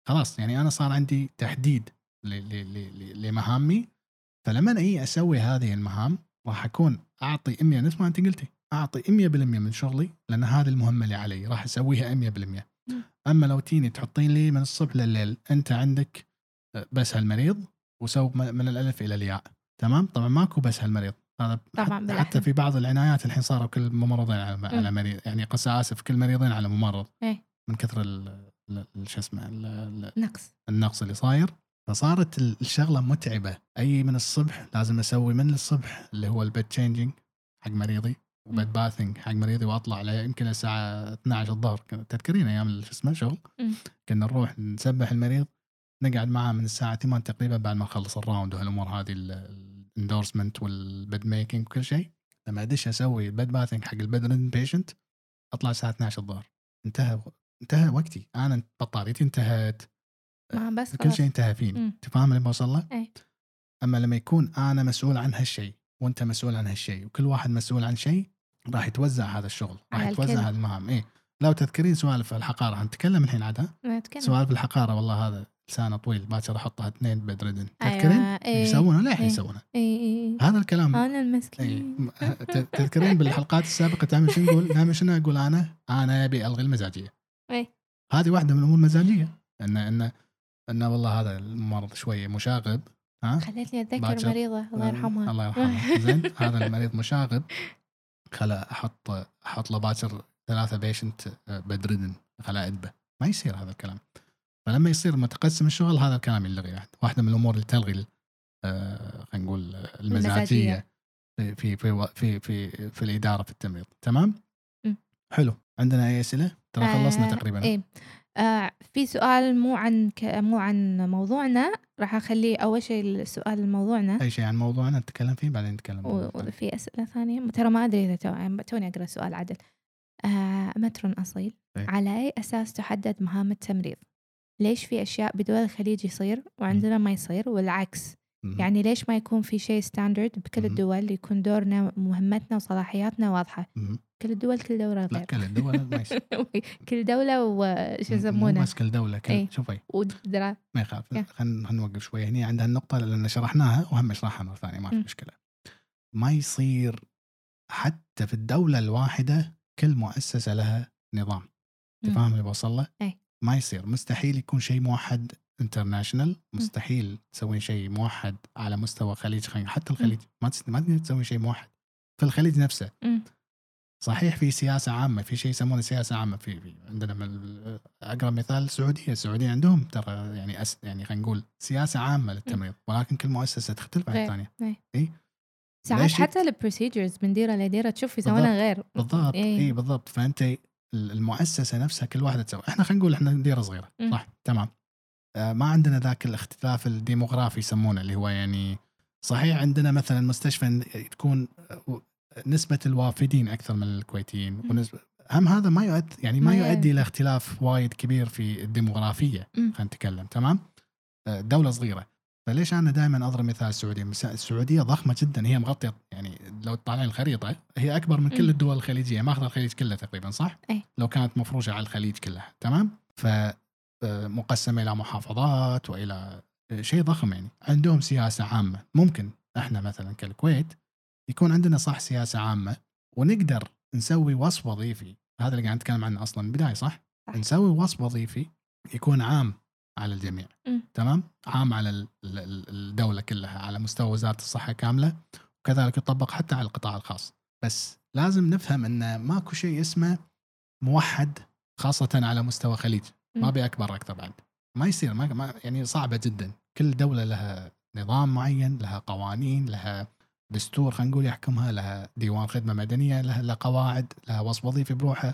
S1: خلاص يعني انا صار عندي تحديد ل- ل- ل- ل- لمهامي فلما أنا اجي اسوي هذه المهام راح اكون اعطي 100 نفس ما انت قلتي اعطي 100% من شغلي لان هذه المهمه اللي علي راح اسويها 100%
S2: مم.
S1: اما لو تيني تحطين لي من الصبح لليل انت عندك أه، بس هالمريض وسو م- من الالف الى الياء تمام طبعا ماكو بس هالمريض هذا
S2: طبعاً
S1: حت-
S2: بالأحرى.
S1: حتى في بعض العنايات الحين صاروا كل ممرضين على,
S2: مم.
S1: على مريض يعني قص اسف كل مريضين على ممرض
S2: إيه.
S1: من كثر ال- ال- ال- شو اسمه ال- ال-
S2: نقص
S1: النقص اللي صاير فصارت ال- الشغله متعبه اي من الصبح لازم اسوي من الصبح اللي هو البيت تشينجينج حق مريضي وبيت باثنج حق مريضي واطلع عليه يمكن الساعه 12 الظهر كنت- تذكرين ايام ال- شو اسمه شغل
S2: مم.
S1: كنا نروح نسبح المريض نقعد معاه من الساعه 8 تقريبا بعد ما نخلص الراوند وهالامور هذه الاندورسمنت والبيد ميكينج وكل شيء لما ادش اسوي البيد باثنج حق البيد بيشنت اطلع الساعه 12 الظهر انتهى انتهى وقتي انا بطاريتي انتهت
S2: ما بس
S1: كل
S2: خلاص
S1: آه، شيء انتهى فيني
S2: آه. مم. إيه.
S1: انت فاهم اللي بوصل له؟
S2: أي.
S1: اما لما يكون انا مسؤول عن هالشيء وانت مسؤول عن هالشيء وكل واحد مسؤول عن شيء راح يتوزع هذا الشغل راح
S2: على
S1: يتوزع
S2: الكل.
S1: هذه المهام ايه لو تذكرين سوالف الحقاره هنتكلم الحين عادها
S2: ما أتكلم.
S1: سوالف الحقاره والله هذا لسانه طويل باكر احطها اثنين بدردن تذكرين؟
S2: أيوة. إيه.
S1: يسوونها للحين
S2: إيه.
S1: يسوونها
S2: إيه، إيه.
S1: هذا الكلام
S2: انا
S1: إيه.
S2: المسكين
S1: م- ت- تذكرين بالحلقات السابقه دائما شو نقول؟ دائما شنو اقول انا؟ انا ابي الغي المزاجيه.
S2: إيه.
S1: هذه واحده من الامور المزاجيه ان ان ان والله هذا الممرض شويه مشاغب ها
S2: خلتني اتذكر
S1: باكر.
S2: مريضه الله يرحمها
S1: آه، الله يرحمها زين هذا المريض مشاغب خلا احط احط له باكر ثلاثه بيشنت أه، بدردن خلا ادبه ما يصير هذا الكلام فلما يصير متقسم الشغل هذا الكلام يلغي واحده من الامور اللي تلغي ال- آه، خلينا نقول المزاجيه
S2: المزاجية.
S1: في في في في في, في الاداره في التمريض تمام
S2: مم.
S1: حلو عندنا اي اسئله ترى
S2: آه،
S1: خلصنا تقريبا
S2: إيه. آه في سؤال مو عن ك... مو عن موضوعنا راح اخليه اول شيء السؤال موضوعنا
S1: اي شيء عن موضوعنا نتكلم فيه بعدين نتكلم عن موضوع ثاني.
S2: وفي اسئله ثانيه ترى ما ادري اذا تو- يعني توني اقرا سؤال عدل آه متر اصيل
S1: إيه.
S2: على اي اساس تحدد مهام التمريض ليش في اشياء بدول الخليج يصير وعندنا ما يصير والعكس
S1: مم.
S2: يعني ليش ما يكون في شيء ستاندرد بكل
S1: مم.
S2: الدول يكون دورنا مهمتنا وصلاحياتنا واضحه
S1: مم.
S2: كل الدول كل دوله
S1: لا
S2: غير
S1: كل الدول ما يصير
S2: كل دوله وش
S1: مو
S2: يسمونه
S1: بس كل دوله كل
S2: إيه.
S1: شوفي
S2: ودرا
S1: ما يخاف
S2: يا.
S1: خلينا نوقف شوي هنا عند هالنقطه لان شرحناها وهم اشرحها مره ثانيه ما في
S2: مم.
S1: مشكله ما يصير حتى في الدوله الواحده كل مؤسسه لها نظام
S2: مم.
S1: انت فاهم اللي بوصل له؟
S2: إيه.
S1: ما يصير مستحيل يكون شيء موحد انترناشونال مستحيل تسوين شيء موحد على مستوى الخليج خلينا- حتى الخليج ما تس- ما تقدر تسوي شيء موحد في الخليج نفسه
S2: مم.
S1: صحيح في سياسه عامه في شيء يسمونه سياسه عامه في, في عندنا من اقرب مثال السعوديه السعوديه عندهم ترى يعني أس يعني خلينا نقول سياسه عامه للتمريض ولكن كل مؤسسه تختلف عن
S2: غير.
S1: الثانيه
S2: ساعات
S1: ليش يت-
S2: حتى البروسيجرز من ديره لديره تشوف يسوونها غير
S1: بالضبط
S2: إيه.
S1: اي إيه بالضبط فانت ال- المؤسسه نفسها كل واحده تسوي احنا خلينا نقول احنا ديره صغيره
S2: مم.
S1: صح تمام آه ما عندنا ذاك الاختلاف الديموغرافي يسمونه اللي هو يعني صحيح عندنا مثلا مستشفى تكون آه، نسبه الوافدين اكثر من الكويتيين
S2: مم.
S1: ونسبة هم هذا ما يؤدي يعني ما
S2: ما
S1: يؤدي الى اختلاف وايد كبير في الديموغرافيه
S2: مم.
S1: خلينا نتكلم تمام آه، دوله صغيره فليش انا دائما اضرب مثال السعوديه مس- السعوديه ضخمه جدا هي مغطيه يعني لو تطالعين الخريطه هي اكبر من
S2: مم.
S1: كل الدول الخليجيه ماخذه الخليج كله تقريبا صح
S2: أي.
S1: لو كانت مفروشه على الخليج كله تمام ف آه، مقسمه الى محافظات والى آه، شيء ضخم يعني عندهم سياسه عامه ممكن احنا مثلا كالكويت يكون عندنا صح سياسه عامه ونقدر نسوي وصف وظيفي هذا اللي قاعد نتكلم عنه اصلا من البدايه صح؟
S2: صح.
S1: نسوي وصف وظيفي يكون عام على الجميع
S2: مم.
S1: تمام عام على ال- ال- ال- الدوله كلها على مستوى وزاره الصحه كامله وكذلك يطبق حتى على القطاع الخاص بس لازم نفهم ان ماكو شيء اسمه موحد خاصه على مستوى خليج ما
S2: مم.
S1: ابي اكبر اكثر بعد ما يصير ما ما- يعني صعبه جدا كل دوله لها نظام معين لها قوانين لها دستور خلينا نقول يحكمها لها ديوان خدمه مدنيه لها, لها قواعد لها وصف وظيفي بروحه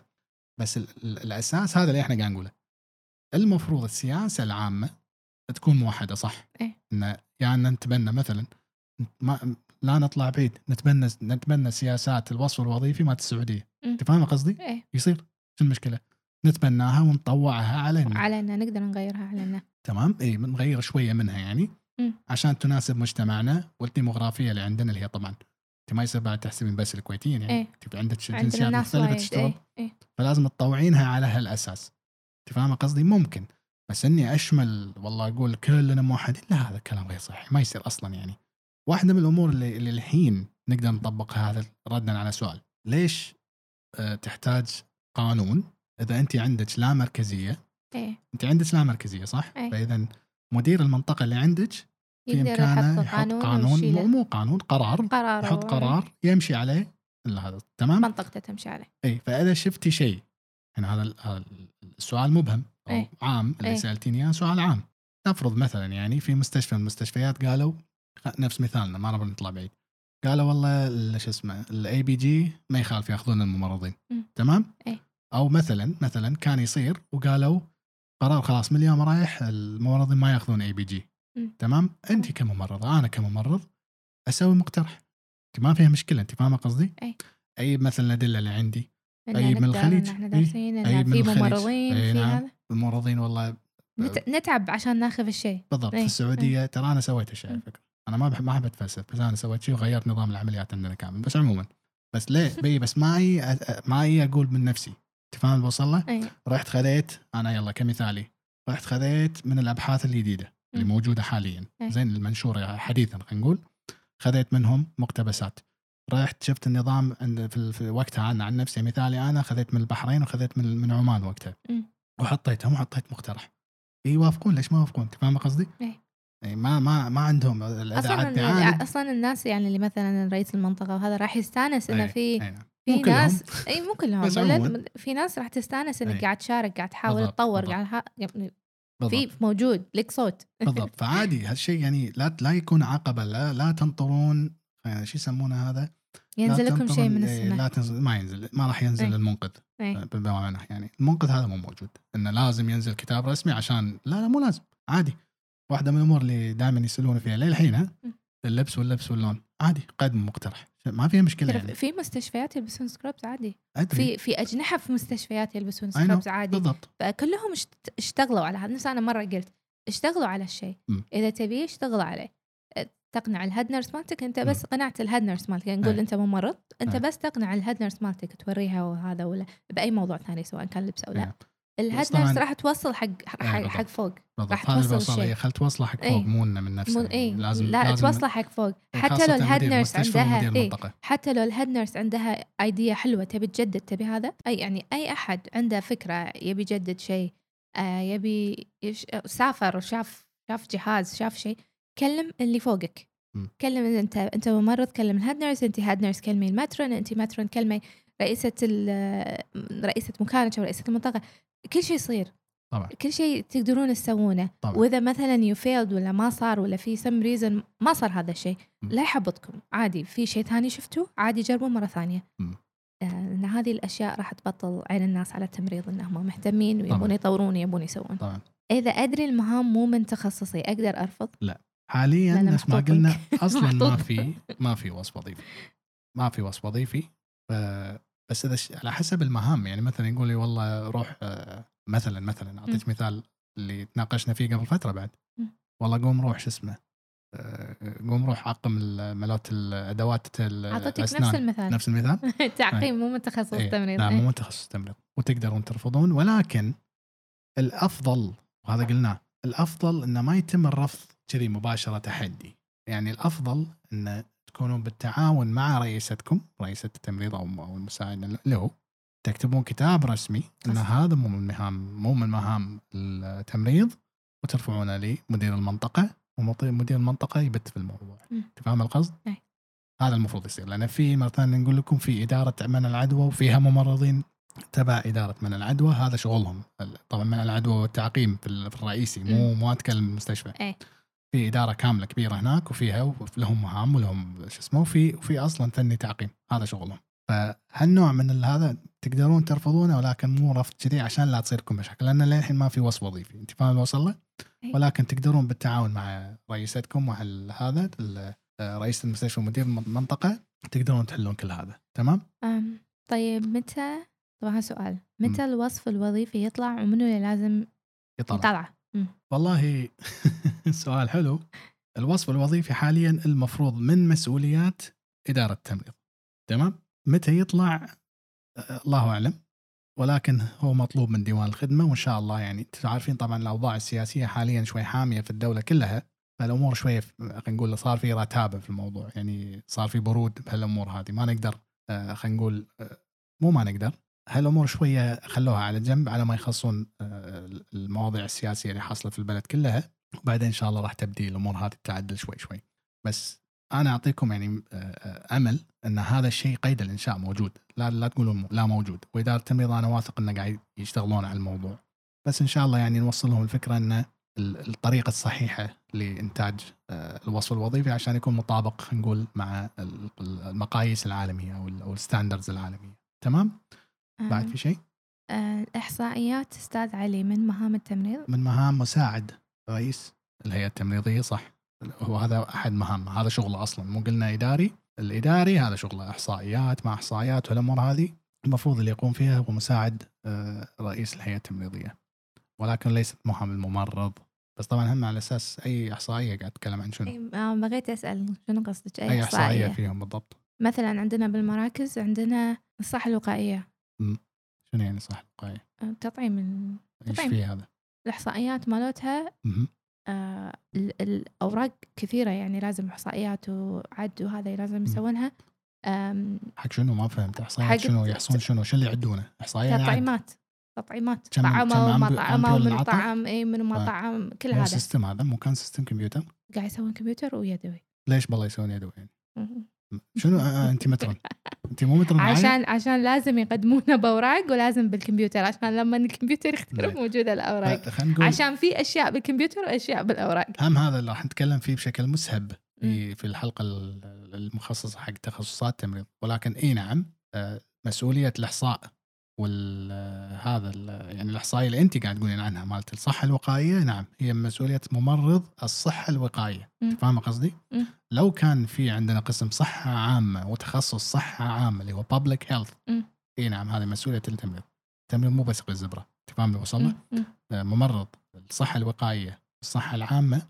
S1: بس ال ال الاساس هذا اللي احنا قاعد نقوله المفروض السياسه العامه تكون موحده صح
S2: إيه.
S1: ان يعني نتبنى مثلا ما لا نطلع بعيد نتبنى نتبنى سياسات الوصف الوظيفي مالت السعوديه
S2: مم.
S1: انت فاهمه قصدي؟
S2: إيه.
S1: يصير شو المشكله؟ نتبناها ونطوعها علينا
S2: علينا نقدر نغيرها علينا
S1: تمام اي بنغير شويه منها يعني
S2: مم.
S1: عشان تناسب مجتمعنا والديموغرافيه اللي عندنا اللي هي طبعا انت ما يصير بعد تحسبين بس الكويتيين يعني
S2: إيه.
S1: تبي عندك
S2: عندنا
S1: جنسيات
S2: ناس
S1: مختلفه
S2: وايد
S1: تشتغل
S2: إيه. إيه.
S1: فلازم تطوعينها على هالاساس انت فاهمه قصدي ممكن بس اني اشمل والله اقول كلنا موحدين لا هذا الكلام غير صحيح ما يصير اصلا يعني واحده من الامور اللي, اللي الحين نقدر نطبقها هذا ردا على سؤال ليش آه، تحتاج قانون اذا انت عندك لا مركزيه
S2: إيه.
S1: انت عندك لا مركزيه صح؟
S2: أي.
S1: فاذا مدير المنطقه اللي عندك في
S2: إيه. يقدر
S1: امكانه
S2: يحط
S1: يحط
S2: قانون,
S1: قانون مو
S2: ويشيله
S1: مو قانون قرار
S2: قرار
S1: يحط
S2: و-
S1: قرار يمشي عليه الا هذا تمام؟
S2: منطقته تمشي عليه
S1: اي فاذا شفتي إيه، شيء يعني هذا ال- هذا السؤال مبهم او
S2: أي.
S1: عام اللي
S2: أي.
S1: سالتيني اياه سؤال عام نفرض مثلا يعني في مستشفى من المستشفيات قالوا خ- نفس مثالنا ما نبغى نطلع بعيد قالوا والله ال- شو اسمه الاي بي جي ما يخالف ياخذون الممرضين
S2: مم. إيه.
S1: تمام؟
S2: أي.
S1: او مثلا مثلا كان يصير وقالوا قرار خلاص من اليوم رايح الممرضين ما ياخذون اي بي جي
S2: مم.
S1: تمام؟ انت كممرضه انا كممرض اسوي مقترح انت ما فيها مشكله انت فاهمه قصدي؟
S2: أي.
S1: اي مثلا الادله اللي عندي
S2: إن
S1: أي من
S2: نقدر، إن
S1: الخليج.
S2: احنا
S1: إيه.
S2: دارسين إن
S1: أي من
S2: في
S1: الخليج.
S2: ممرضين
S1: إيه،
S2: في
S1: نعم. طيب.
S2: هذا
S1: الممرضين والله
S2: نت- نتعب عشان ناخذ الشيء
S1: بالضبط في
S2: إيه،
S1: السعوديه ترى انا سويت الشيء على
S2: مم.
S1: فكره انا ما بح- ما احب اتفلسف بس انا سويت شيء وغيرت نظام العمليات عندنا كامل بس عموما بس ليه بي بس ما اي أ- ما اي اقول من نفسي انت فاهم اللي بوصل له؟
S2: إيه.
S1: رحت خذيت انا يلا كمثالي رحت خذيت من الابحاث الجديده اللي
S2: مم.
S1: موجوده حاليا
S2: إيه.
S1: زين المنشوره حديثا خلينا نقول خذيت منهم مقتبسات رحت شفت النظام عند في, في وقتها انا عن نفسي مثالي انا خذيت من البحرين وخذيت من من عمان وقتها
S2: مم.
S1: وحطيتهم وحطيت مقترح يوافقون ليش ما يوافقون انت فاهم قصدي؟
S2: إيه.
S1: يعني ما ما ما عندهم اذا
S2: اصلا
S1: عاد
S2: يعني
S1: تعاند
S2: اصلا الناس يعني اللي مثلا رئيس المنطقه وهذا راح يستانس انه
S1: أي،
S2: في
S1: أي نعم.
S2: في
S1: مو كلهم.
S2: ناس اي مو كلهم
S1: بس
S2: ولا-
S1: عموماً.
S2: في ناس راح تستانس
S1: أي.
S2: انك قاعد تشارك قاعد تحاول
S1: بالضبط،
S2: تطور
S1: بالضبط.
S2: قاعد ها- يعني
S1: بالضبط.
S2: في موجود لك صوت
S1: بالضبط فعادي هالشيء يعني لا لا يكون عقبه لا لا تنطرون يعني شو يسمونه هذا؟ لا
S2: ينزل لكم
S1: تنطرون-
S2: شيء من
S1: إيه،
S2: السماء
S1: لا تنزل ما ينزل ما راح ينزل
S2: إيه.
S1: المنقذ
S2: إيه.
S1: آه، بمعنى يعني المنقذ هذا مو موجود انه لازم ينزل كتاب رسمي عشان لا لا مو لازم عادي واحده من الامور اللي دائما يسالون فيها للحين ها
S2: مم.
S1: اللبس واللبس واللون عادي قدم مقترح ما فيها مشكله
S2: ترى
S1: يعني
S2: في مستشفيات يلبسون سكرابس عادي
S1: ادري
S2: في في اجنحه في مستشفيات يلبسون
S1: I know.
S2: سكرابس عادي
S1: بالضبط
S2: فكلهم اشت- اشتغلوا على هذا نفس انا مره قلت اشتغلوا على الشيء
S1: مم.
S2: اذا تبيه اشتغل عليه اه، تقنع الهيد نيرس مالتك انت
S1: مم.
S2: بس قنعت الهيد نيرس مالتك يعني نقول
S1: أي.
S2: انت ممرض انت
S1: أي.
S2: بس تقنع الهيد نيرس مالتك توريها وهذا ولا باي موضوع ثاني سواء كان لبس او لا
S1: أي.
S2: الهيد
S1: بس طبعاً-
S2: نيرس راح توصل حق حق,
S1: بالضبط.
S2: حق فوق راح
S1: بالضبط هذا اللي
S2: توصل
S1: بوصله
S2: شيء.
S1: هي خل توصله حق
S2: إيه.
S1: فوق مو انه من
S2: مو
S1: نفسه
S2: اي
S1: يعني لازم
S2: لا
S1: لازم
S2: توصله حق فوق حتى
S1: خاصة
S2: لو الهيد
S1: مدير
S2: نيرس
S1: المستشفى
S2: عندها إيه.
S1: ومدير
S2: اي
S1: المنطقة.
S2: حتى لو الهيد نيرس عندها ايديا حلوه تبي تجدد تبي هذا اي يعني اي احد عنده فكره يبي يجدد شيء آه يبي يش... آه، سافر وشاف شاف جهاز شاف شيء كلم اللي فوقك
S1: م.
S2: كلم إذا انت انت ممرض كلم الهيد نيرس انت هيد نيرس كلمي الماترون انت ماترون كلمي رئيسه ال- رئيسه مكانك او رئيسه المنطقه كل شيء يصير
S1: طبعاً.
S2: كل شيء تقدرون تسوونه
S1: طبعاً.
S2: واذا مثلا يو فيلد ولا ما صار ولا في سم ريزن ما صار هذا الشيء
S1: م.
S2: لا يحبطكم عادي في شيء ثاني شفتوه عادي جربوا مره ثانيه
S1: م.
S2: آه، لان هذه الاشياء راح تبطل عين الناس على التمريض انهم مهتمين ويبون
S1: طبعاً.
S2: يطورون ويبون يسوون
S1: طبعاً.
S2: اذا ادري المهام مو من تخصصي اقدر ارفض
S1: حاليا
S2: لا، لا،
S1: نفس ما
S2: محطوط
S1: قلنا
S2: لينك.
S1: اصلا ما
S2: محطوط.
S1: في ما في وصف وظيفي ما في وصف وظيفي ف- بس اذا ش- على حسب المهام يعني مثلا يقول لي والله روح آه، مثلا مثلا اعطيك مثال اللي تناقشنا فيه قبل فتره بعد
S2: م.
S1: والله قوم روح شو اسمه آه، قوم روح عقم ال- ملوت الادوات ال-
S2: اعطيتك نفس
S1: الاسنان
S2: المثال
S1: آه، نفس المثال
S2: التعقيم مو من تخصص
S1: إيه،
S2: التمريض
S1: نعم
S2: إيه.
S1: مو تخصص تمريض وتقدرون ترفضون ولكن الافضل وهذا قلناه الافضل انه ما يتم الرفض كذي مباشره تحدي يعني الافضل ان تكونون بالتعاون مع رئيستكم رئيسه التمريض او أو المساعد له تكتبون كتاب رسمي ان
S2: أصلاً.
S1: هذا مو من مهام مو من مهام التمريض وترفعونه لمدير المنطقه ومط- مدير المنطقه يبت في الموضوع
S2: مم.
S1: تفهم القصد؟
S2: أي.
S1: هذا المفروض يصير لان في مره ثانيه نقول لكم في اداره منع العدوى وفيها ممرضين تبع اداره منع العدوى هذا شغلهم طبعا منع العدوى والتعقيم في ال- في الرئيسي مو مو اتكلم المستشفى
S2: أي.
S1: في اداره كامله كبيره هناك وفيها وف- لهم مهام ولهم شو اسمه وفي وفي اصلا فني تعقيم هذا شغلهم فهالنوع من ال- هذا تقدرون ترفضونه ولكن مو رفض كذي عشان لا تصيركم مشاكل لان للحين ما في وصف وظيفي انت فاهم اللي وصل له؟
S2: أي.
S1: ولكن تقدرون بالتعاون مع رئيستكم مع ال- هذا ال- آه، رئيس المستشفى ومدير المنطقه تقدرون تحلون كل هذا تمام؟
S2: أم، طيب متى طبعا هذا سؤال متى الوصف الوظيفي يطلع ومنو اللي لازم
S1: يطلع
S2: يطلعه؟ أمم،
S1: والله سؤال حلو الوصف الوظيفي حاليا المفروض من مسؤوليات اداره التمريض تمام؟ متى يطلع آه، الله اعلم ولكن هو مطلوب من ديوان الخدمه وان شاء الله يعني انتم عارفين طبعا الاوضاع السياسيه حاليا شوي حاميه في الدوله كلها فالامور شويه خلينا نقول صار في رتابه في الموضوع يعني صار في برود بهالامور هذه ما نقدر آه، خلينا نقول آه، مو ما نقدر هالامور شويه خلوها على جنب على ما يخصون آه، المواضيع السياسيه اللي حاصله في البلد كلها وبعدين ان شاء الله راح تبدي الامور هذه تعدل شوي شوي بس انا اعطيكم يعني آه، آه، امل ان هذا الشيء قيد الانشاء موجود لا لا تقولوا م- لا موجود واداره التمريض انا واثق انه قاعد يشتغلون على الموضوع بس ان شاء الله يعني نوصل لهم الفكره ان ال- الطريقه الصحيحه لانتاج آه، الوصف الوظيفي عشان يكون مطابق خلينا نقول مع ال- ال- المقاييس العالميه او ال- او الستاندرز العالميه تمام
S2: أم،
S1: بعد في شيء
S2: أه، آه، الإحصائيات أستاذ علي من مهام التمريض
S1: من مهام مساعد رئيس الهيئه التمريضيه صح هو هذا احد مهامه هذا شغله اصلا مو قلنا اداري الاداري هذا شغله احصائيات ما احصائيات والامور هذه المفروض اللي يقوم فيها هو مساعد آه، رئيس الهيئه التمريضيه ولكن ليست مهام الممرض بس طبعا هم على اساس اي احصائيه قاعد اتكلم عن شنو
S2: أي- آه، بغيت أسأل شنو قصدك أي
S1: اي احصائيه
S2: إحصائية
S1: فيهم بالضبط
S2: مثلا عندنا بالمراكز عندنا الصحة الوقائية
S1: شنو يعني صح الوقايه
S2: أه، تطعيم ال-
S1: ايش
S2: طيب.
S1: في هذا
S2: الإحصائيات مالتها
S1: مهم.
S2: آه، ال- الأوراق كثيرة يعني لازم إحصائيات وعد وهذا لازم يسوونها أم،
S1: حق شنو ما فهمت
S2: حق
S1: احصائيات شنو
S2: الت-
S1: يحصون شنو شنو اللي يعدونه احصائيه يعني عد.
S2: تطعيمات تطعيمات
S1: كم- كم
S2: طعمه
S1: عم-
S2: وما
S1: عم
S2: طعمه
S1: بيقول
S2: ومن
S1: انعطى؟
S2: طعم اي من ما
S1: آه.
S2: طعم كل
S1: مو
S2: هذا
S1: سيستم هذا مو كان سيستم كمبيوتر
S2: قاعد يسوون كمبيوتر ويدوي
S1: ليش بالله يسوون يدوي يعني شنو آه، آه، انت مترن انت مو مترن آه، معايا؟
S2: عشان عشان لازم يقدمونه باوراق ولازم بالكمبيوتر عشان لما الكمبيوتر يخترب
S1: نعم.
S2: موجوده الاوراق
S1: آه، خلينا نقول
S2: عشان في اشياء بالكمبيوتر واشياء بالاوراق
S1: هم هذا اللي راح نتكلم فيه بشكل مسهب في في الحلقه ال- المخصصه حق تخصصات التمريض ولكن اي نعم آه، مسؤوليه الاحصاء وال آه، هذا ال- يعني الاحصائيه اللي انت قاعد تقولين عنها مالت الصحه الوقائيه نعم هي مسؤوليه ممرض الصحه الوقائيه
S2: مم.
S1: فاهمه قصدي؟
S2: مم.
S1: لو كان في عندنا قسم صحه عامه وتخصص صحه عامه اللي هو بابليك هيلث
S2: مم.
S1: اي نعم هذه مسؤوليه التمريض التمريض مو بس الزبره تفهم اللي وصل له؟
S2: مم. مم.
S1: ممرض الصحة الوقائية الصحة العامة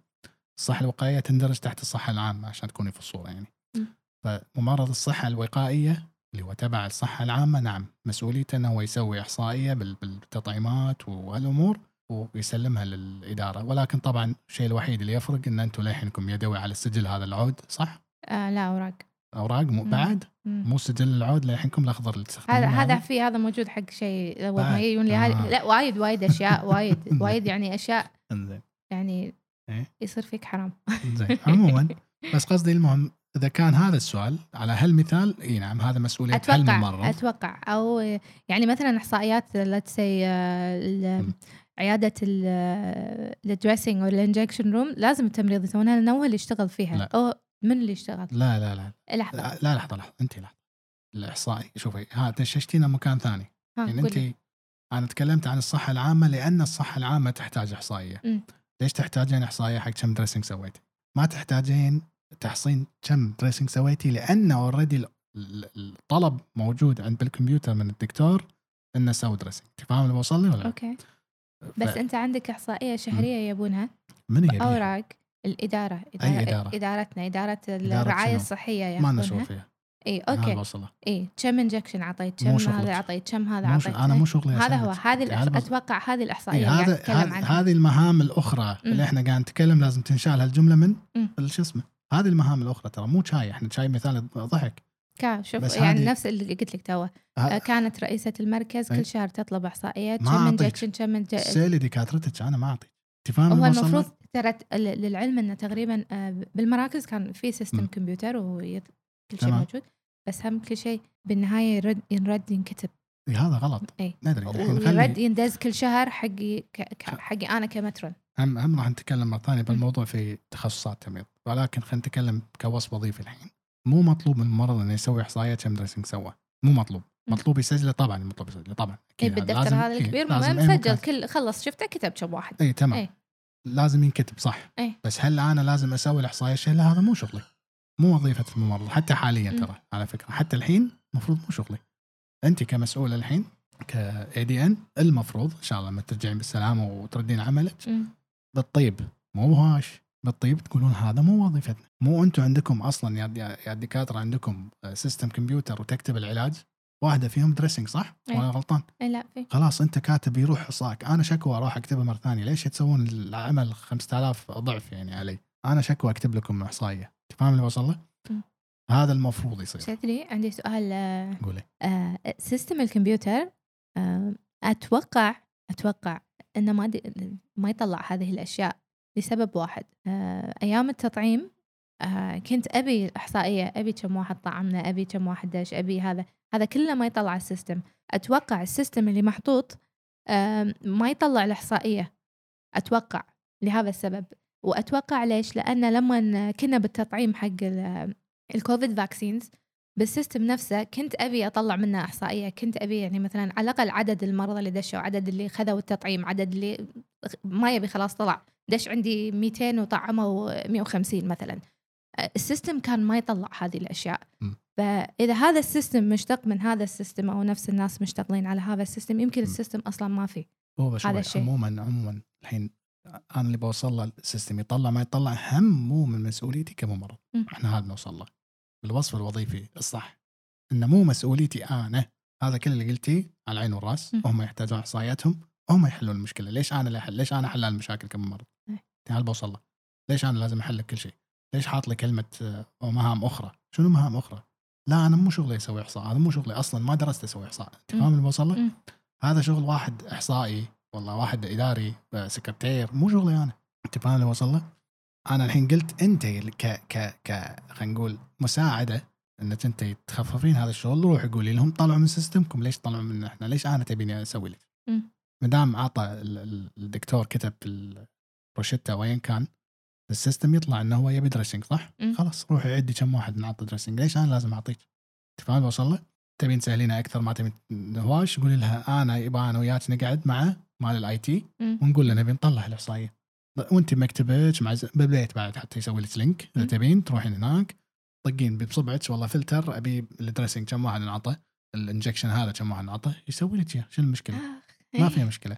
S1: الصحة الوقائية تندرج تحت الصحة العامة عشان تكوني في الصورة يعني
S2: م.
S1: فممرض الصحة الوقائية اللي هو تبع الصحة العامة نعم مسؤوليته انه هو يسوي احصائية بال- بالتطعيمات وهالامور ويسلمها للادارة ولكن طبعا الشيء الوحيد اللي يفرق ان انتم للحينكم يدوي على السجل هذا العود صح؟
S2: آه لا اوراق
S1: اوراق مو
S2: م.
S1: بعد
S2: مم.
S1: مو سجل العود للحينكم الاخضر اللي تستخدمونه يعني؟
S2: هذا هذا
S1: هذا.
S2: في هذا موجود حق شيء لو
S1: بعد.
S2: ما يجون لي
S1: آه.
S2: هذه لا وايد وايد اشياء وايد وايد يعني اشياء
S1: انزين
S2: يعني
S1: إيه.
S2: يصير فيك حرام
S1: زين عموما بس قصدي المهم اذا كان هذا السؤال على هالمثال اي نعم هذا مسؤوليه هالممرض
S2: اتوقع اتوقع او يعني مثلا احصائيات لا تسي آه،
S1: مم.
S2: عياده الدريسنج او الانجكشن روم لازم التمريض يسوونها لانه هو اللي يشتغل فيها
S1: لا.
S2: او من اللي يشتغل
S1: لا لا لا
S2: لحظه
S1: لا لا، لحظه لحظه انت لحظه الاحصائي شوفي ها دششتينا مكان ثاني
S2: ها،
S1: يعني
S2: آه، قولي.
S1: انت انا تكلمت عن الصحه العامه لان الصحه العامه تحتاج احصائيه
S2: مم.
S1: ليش تحتاجين احصائيه حق كم دريسنج سويتي ما تحتاجين تحصين كم دريسنج سويتي لان اوريدي الطلب موجود عند بالكمبيوتر من الدكتور انه سوي دريسنج تفهم اللي بوصل لي ولا لا؟
S2: اوكي بس انت عندك احصائيه شهريه يبونها
S1: من هي اللي-
S2: اوراق الاداره
S1: أي إدارة؟
S2: ادارتنا اداره
S1: إدارة
S2: الرعايه
S1: شنو؟
S2: الصحيه
S1: ما
S2: ياخذونها.
S1: نشوف فيها
S2: اي
S1: أنا هذا
S2: اوكي
S1: بوصله
S2: اي إيه، كم انجكشن عطيت
S1: مو
S2: كم
S1: شغلتي.
S2: هذا عطيت كم هذا
S1: مو ش...
S2: عطيت
S1: انا مو شغلي
S2: هذا
S1: أساعدك.
S2: هو هذه
S1: تعال
S2: الإحص-
S1: يعني بس-
S2: اتوقع هذه
S1: إيه،
S2: الاحصائيه قاعد
S1: هذا
S2: اتكلم
S1: هذا-
S2: عنها
S1: هذه المهام الاخرى
S2: مم.
S1: اللي احنا قاعد نتكلم لازم تنشال هالجمله من
S2: مم.
S1: شو اسمه هذه المهام الاخرى ترى مو شاي احنا شاي مثال ضحك
S2: كا شوف
S1: بس
S2: يعني
S1: هذه-
S2: نفس اللي قلت لك توه
S1: ه-
S2: آه، كانت رئيسه المركز
S1: أي.
S2: كل شهر تطلب احصائيه
S1: ما
S2: كم
S1: أعطيك.
S2: انجكشن كم انج...
S1: سالي دكاترتك انا ما اعطيك انت فاهمه
S2: هو
S1: ما
S2: المفروض
S1: وصلنا؟
S2: ترى ت- ل- للعلم انه تقريبا آه، ب- بالمراكز كان في
S1: مم.
S2: سيستم كمبيوتر وكل شيء
S1: تمام.
S2: موجود بس هم كل شيء بالنهايه يرد ينرد ينكتب إيه.
S1: إي إيه، هذا غلط
S2: إي.
S1: ما ادري الحين
S2: ويرد
S1: خلي
S2: يعني يندز كل شهر حقي ك- ك- حقي انا كمترن
S1: هم هم راح نتكلم مره ثانيه بالموضوع في تخصصات تمريض ولكن خلينا نتكلم كوصف وظيفي الحين مو مطلوب من الممرض انه يسوي احصائيه كم دريسنج سوى مو مطلوب
S2: مم.
S1: مطلوب يسجله طبعا مطلوب يسجله طبعا أكيد
S2: إيه
S1: هذا
S2: بالدفتر
S1: لازم-
S2: هذا
S1: إيه،
S2: الكبير
S1: لازم
S2: ما إيه.
S1: أي
S2: مسجل
S1: مكان.
S2: كل خلص شفته كتب كم واحد
S1: اي تمام
S2: إي.
S1: لازم ينكتب صح
S2: إي.
S1: بس هل انا لازم اسوي الاحصائيه شيء لا هذا مو شغلي مو وظيفه الممرض حتى حاليا
S2: مم.
S1: ترى على فكره حتى الحين المفروض مو شغلي انت كمسؤوله الحين ك اي دي ان المفروض ان شاء الله لما ترجعين بالسلامه وتردين عملك
S2: مم.
S1: بالطيب مو بهاش بالطيب تقولون هذا مو وظيفتنا مو انتم عندكم اصلا يا يا الدكاتره عندكم سيستم كمبيوتر وتكتب العلاج واحده فيهم دريسنج صح
S2: إي.
S1: ولا غلطان
S2: إي إيه، لا في
S1: خلاص انت كاتب يروح حصاك انا شكوى اروح اكتبها مره ثانيه ليش تسوون العمل 5000 ضعف يعني علي انا شكوى اكتب لكم احصائيه تفهم اللي بوصل له
S2: مم.
S1: هذا المفروض يصير
S2: تدري عندي سؤال آه،
S1: قولي
S2: آه، سيستم الكمبيوتر آه، اتوقع اتوقع انه ما د- ما يطلع هذه الاشياء لسبب واحد آه، ايام التطعيم آه، كنت ابي الاحصائيه ابي كم واحد طعمنا ابي كم واحد دش ابي هذا هذا كله ما يطلع السيستم اتوقع السيستم اللي محطوط آم، ما يطلع الاحصائيه اتوقع لهذا السبب واتوقع ليش لان لما كنا بالتطعيم حق ال- الكوفيد فاكسينز بالسيستم نفسه كنت ابي اطلع منه احصائيه كنت ابي يعني مثلا على الاقل عدد المرضى اللي دشوا عدد اللي خذوا التطعيم عدد اللي ما يبي خلاص طلع دش عندي 200 وطعموا 150 مثلا آه، السيستم كان ما يطلع هذه الاشياء
S1: مم.
S2: فاذا هذا السيستم مشتق من هذا السيستم او نفس الناس مشتغلين على هذا السيستم يمكن
S1: مم.
S2: السيستم اصلا ما فيه
S1: هو شوي
S2: الشيء.
S1: عموما عموما الحين انا اللي بوصل له السيستم يطلع ما يطلع هم مو من مسؤوليتي كممرض
S2: مم.
S1: احنا هذا نوصل له بالوصف الوظيفي الصح انه مو مسؤوليتي انا هذا كل اللي قلتيه على العين والراس
S2: مم.
S1: هم يحتاجون احصائياتهم هم يحلون المشكله ليش انا اللي احل ليش انا احل المشاكل كممرض
S2: إيه.
S1: تعال بوصل له ليش انا لازم احل لك كل شيء ليش حاط لي كلمه آه، مهام اخرى شنو مهام اخرى لا انا مو شغلي اسوي احصاء هذا مو شغلي اصلا ما درست اسوي احصاء انت
S2: مم.
S1: فاهم اللي بوصل له
S2: مم.
S1: هذا شغل واحد احصائي والله واحد اداري آه، سكرتير مو شغلي انا انت فاهم اللي وصل له؟ انا الحين قلت انت ال- ك ك ك خلينا نقول مساعده انك انت تخففين هذا الشغل روحي قولي لهم طلعوا من سيستمكم ليش طلعوا من احنا ليش انا تبيني اسوي لك؟
S2: مم.
S1: ما دام عطى ال- ال- الدكتور كتب في الروشته وين كان السيستم يطلع انه هو يبي دريسنج صح؟
S2: مم.
S1: خلاص روحي عدي كم واحد نعطي دريسنج ليش انا لازم اعطيك؟ انت فاهم اللي وصل له؟ تبين تسهلينها اكثر ما تبين نهواش قولي لها انا يبغى انا وياك نقعد مع مال الاي تي
S2: مم.
S1: ونقول له نبي نطلع الاحصائيه وانت بمكتبك مع ز- بالبيت بعد حتى يسوي لك لينك اذا
S2: مم.
S1: تبين تروحين هناك طقين بصبعك والله فلتر ابي الدريسنج كم واحد انعطى الانجكشن هذا كم واحد انعطى يسوي لك اياه شو المشكله؟
S2: آخ،
S1: ما
S2: إيه.
S1: فيها مشكله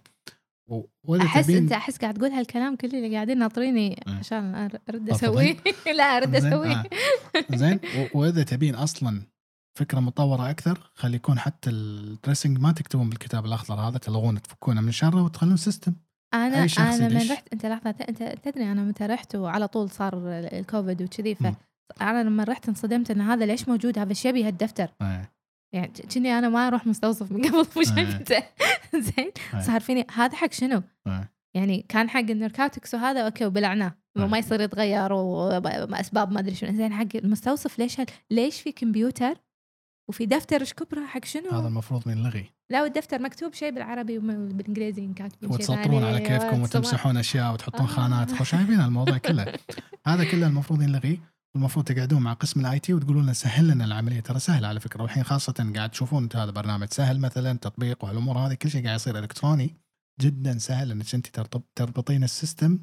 S1: و- واذا
S2: احس
S1: تبين-
S2: انت احس قاعد تقول هالكلام كله اللي قاعدين ناطريني
S1: إيه.
S2: عشان أر- ارد
S1: طب
S2: اسويه لا ارد
S1: زين؟
S2: اسويه
S1: آه. زين و- واذا تبين اصلا فكره مطوره اكثر خلي يكون حتى الدريسنج ما تكتبون بالكتاب الاخضر هذا تلغونه تفكونه من شره وتخلون سيستم
S2: انا
S1: أي شخص
S2: انا من
S1: يدش.
S2: رحت انت لحظه انت تدري انا متى رحت وعلى طول صار ال- الكوفيد وكذي
S1: مم.
S2: فانا لما رحت انصدمت ان هذا ليش موجود هذا ايش يبي هالدفتر
S1: إيه،
S2: يعني ج- كني انا ما اروح مستوصف من قبل وشفته زين
S1: إيه.
S2: صار فيني هذا حق شنو؟
S1: إيه.
S2: يعني كان حق النركوتكس وهذا اوكي وبلعناه
S1: إيه.
S2: ما يصير يتغير واسباب ما ادري شنو زين حق المستوصف ليش هال- ليش في كمبيوتر وفي دفتر ايش كبره حق شنو؟
S1: هذا المفروض ينلغي
S2: لا والدفتر مكتوب شيء بالعربي وبالانجليزي إن كاتبين شيء
S1: وتسطرون على
S2: ثاني، أيوة،
S1: كيفكم
S2: وتسوون-
S1: وتمسحون اشياء وتحطون
S2: آه.
S1: خانات خوش عيبين الموضوع كله هذا كله المفروض ينلغي والمفروض تقعدون مع قسم الاي تي وتقولون له سهل لنا العمليه ترى سهله على فكره والحين خاصه قاعد تشوفون انت هذا برنامج سهل مثلا تطبيق وهالامور هذه كل شيء قاعد يصير الكتروني جدا سهل انك انت ترتب- تربطين السيستم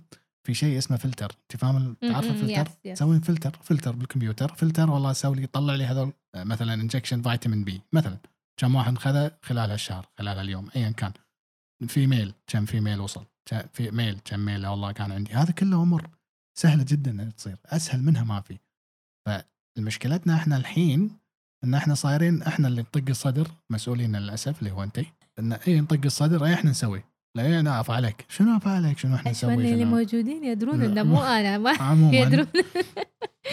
S1: في شيء اسمه فلتر انت فاهم ال-
S2: م-
S1: تعرف
S2: م،
S1: الفلتر؟
S2: امم، يس- يس.
S1: تسوين فلتر فلتر بالكمبيوتر فلتر والله سوي لي طلع لي هذول آه، مثلا انجكشن فيتامين بي مثلا كم واحد خذه خلال هالشهر خلال اليوم ايا كان في ميل كم في ميل وصل كم في ميل كم ميل والله كان عندي هذا كله امور سهله جدا انها تصير اسهل منها ما في فمشكلتنا احنا الحين ان احنا صايرين احنا اللي نطق الصدر مسؤولين للاسف اللي هو انت ان اي نطق الصدر اي احنا نسوي لا إيه انا اعرف عليك شنو اعرف عليك شنو احنا
S2: اشوان
S1: نسوي
S2: اللي
S1: شنو-
S2: موجودين يدرون
S1: لا،
S2: انه
S1: ما-
S2: مو انا ما
S1: عموما
S2: يدرون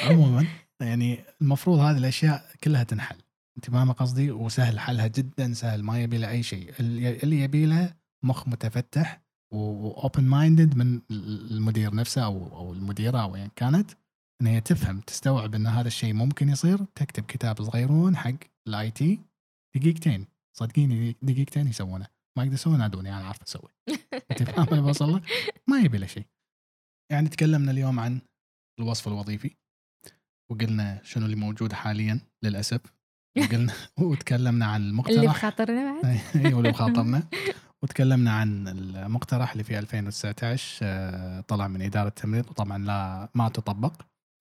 S1: عموما يعني المفروض هذه الاشياء كلها تنحل انت فاهمه قصدي وسهل حلها جدا سهل ما يبي له اي شيء اللي اللي يبي له مخ متفتح واوبن مايندد من المدير نفسه او او المديره او ايا كانت ان هي تفهم تستوعب ان هذا الشيء ممكن يصير تكتب كتاب صغيرون حق الاي تي دقيقتين صدقيني دقيقتين يسوونه ما يقدر يسوي نادوني انا عارف اسوي انت فاهمه اللي بوصل له؟ ما يبي له شيء يعني تكلمنا اليوم عن الوصف الوظيفي وقلنا شنو اللي موجود حاليا للاسف وقلنا وتكلمنا عن
S2: اللي
S1: المقترح
S2: بخاطرنا بعد
S1: ايوه اللي بخاطرنا وتكلمنا عن المقترح اللي في 2019 آه، طلع من اداره التمريض وطبعا لا ما تطبق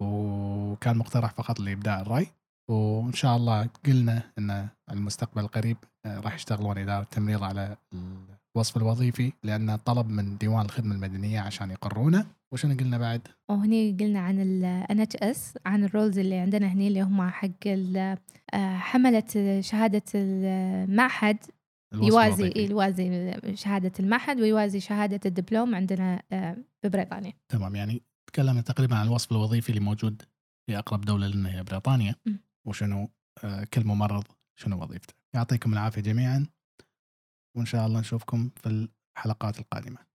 S1: وكان مقترح فقط لابداء الراي وان شاء الله قلنا ان المستقبل القريب آه، راح يشتغلون اداره التمريض على الوصف الوظيفي لانه طلب من ديوان الخدمه المدنيه عشان يقرونه وشنو قلنا بعد؟
S2: وهني قلنا عن ال اتش اس عن الرولز اللي عندنا هني اللي هم حق ال- آه، حملة شهادة المعهد
S1: الوصف
S2: يوازي
S1: الوظيفي.
S2: إيه، يوازي شهادة المعهد ويوازي شهادة الدبلوم عندنا آه، في بريطانيا
S1: تمام يعني تكلمنا تقريبا عن الوصف الوظيفي اللي موجود في اقرب دوله لنا هي بريطانيا
S2: مم.
S1: وشنو آه، كل ممرض شنو وظيفته يعطيكم العافيه جميعا وان شاء الله نشوفكم في الحلقات القادمه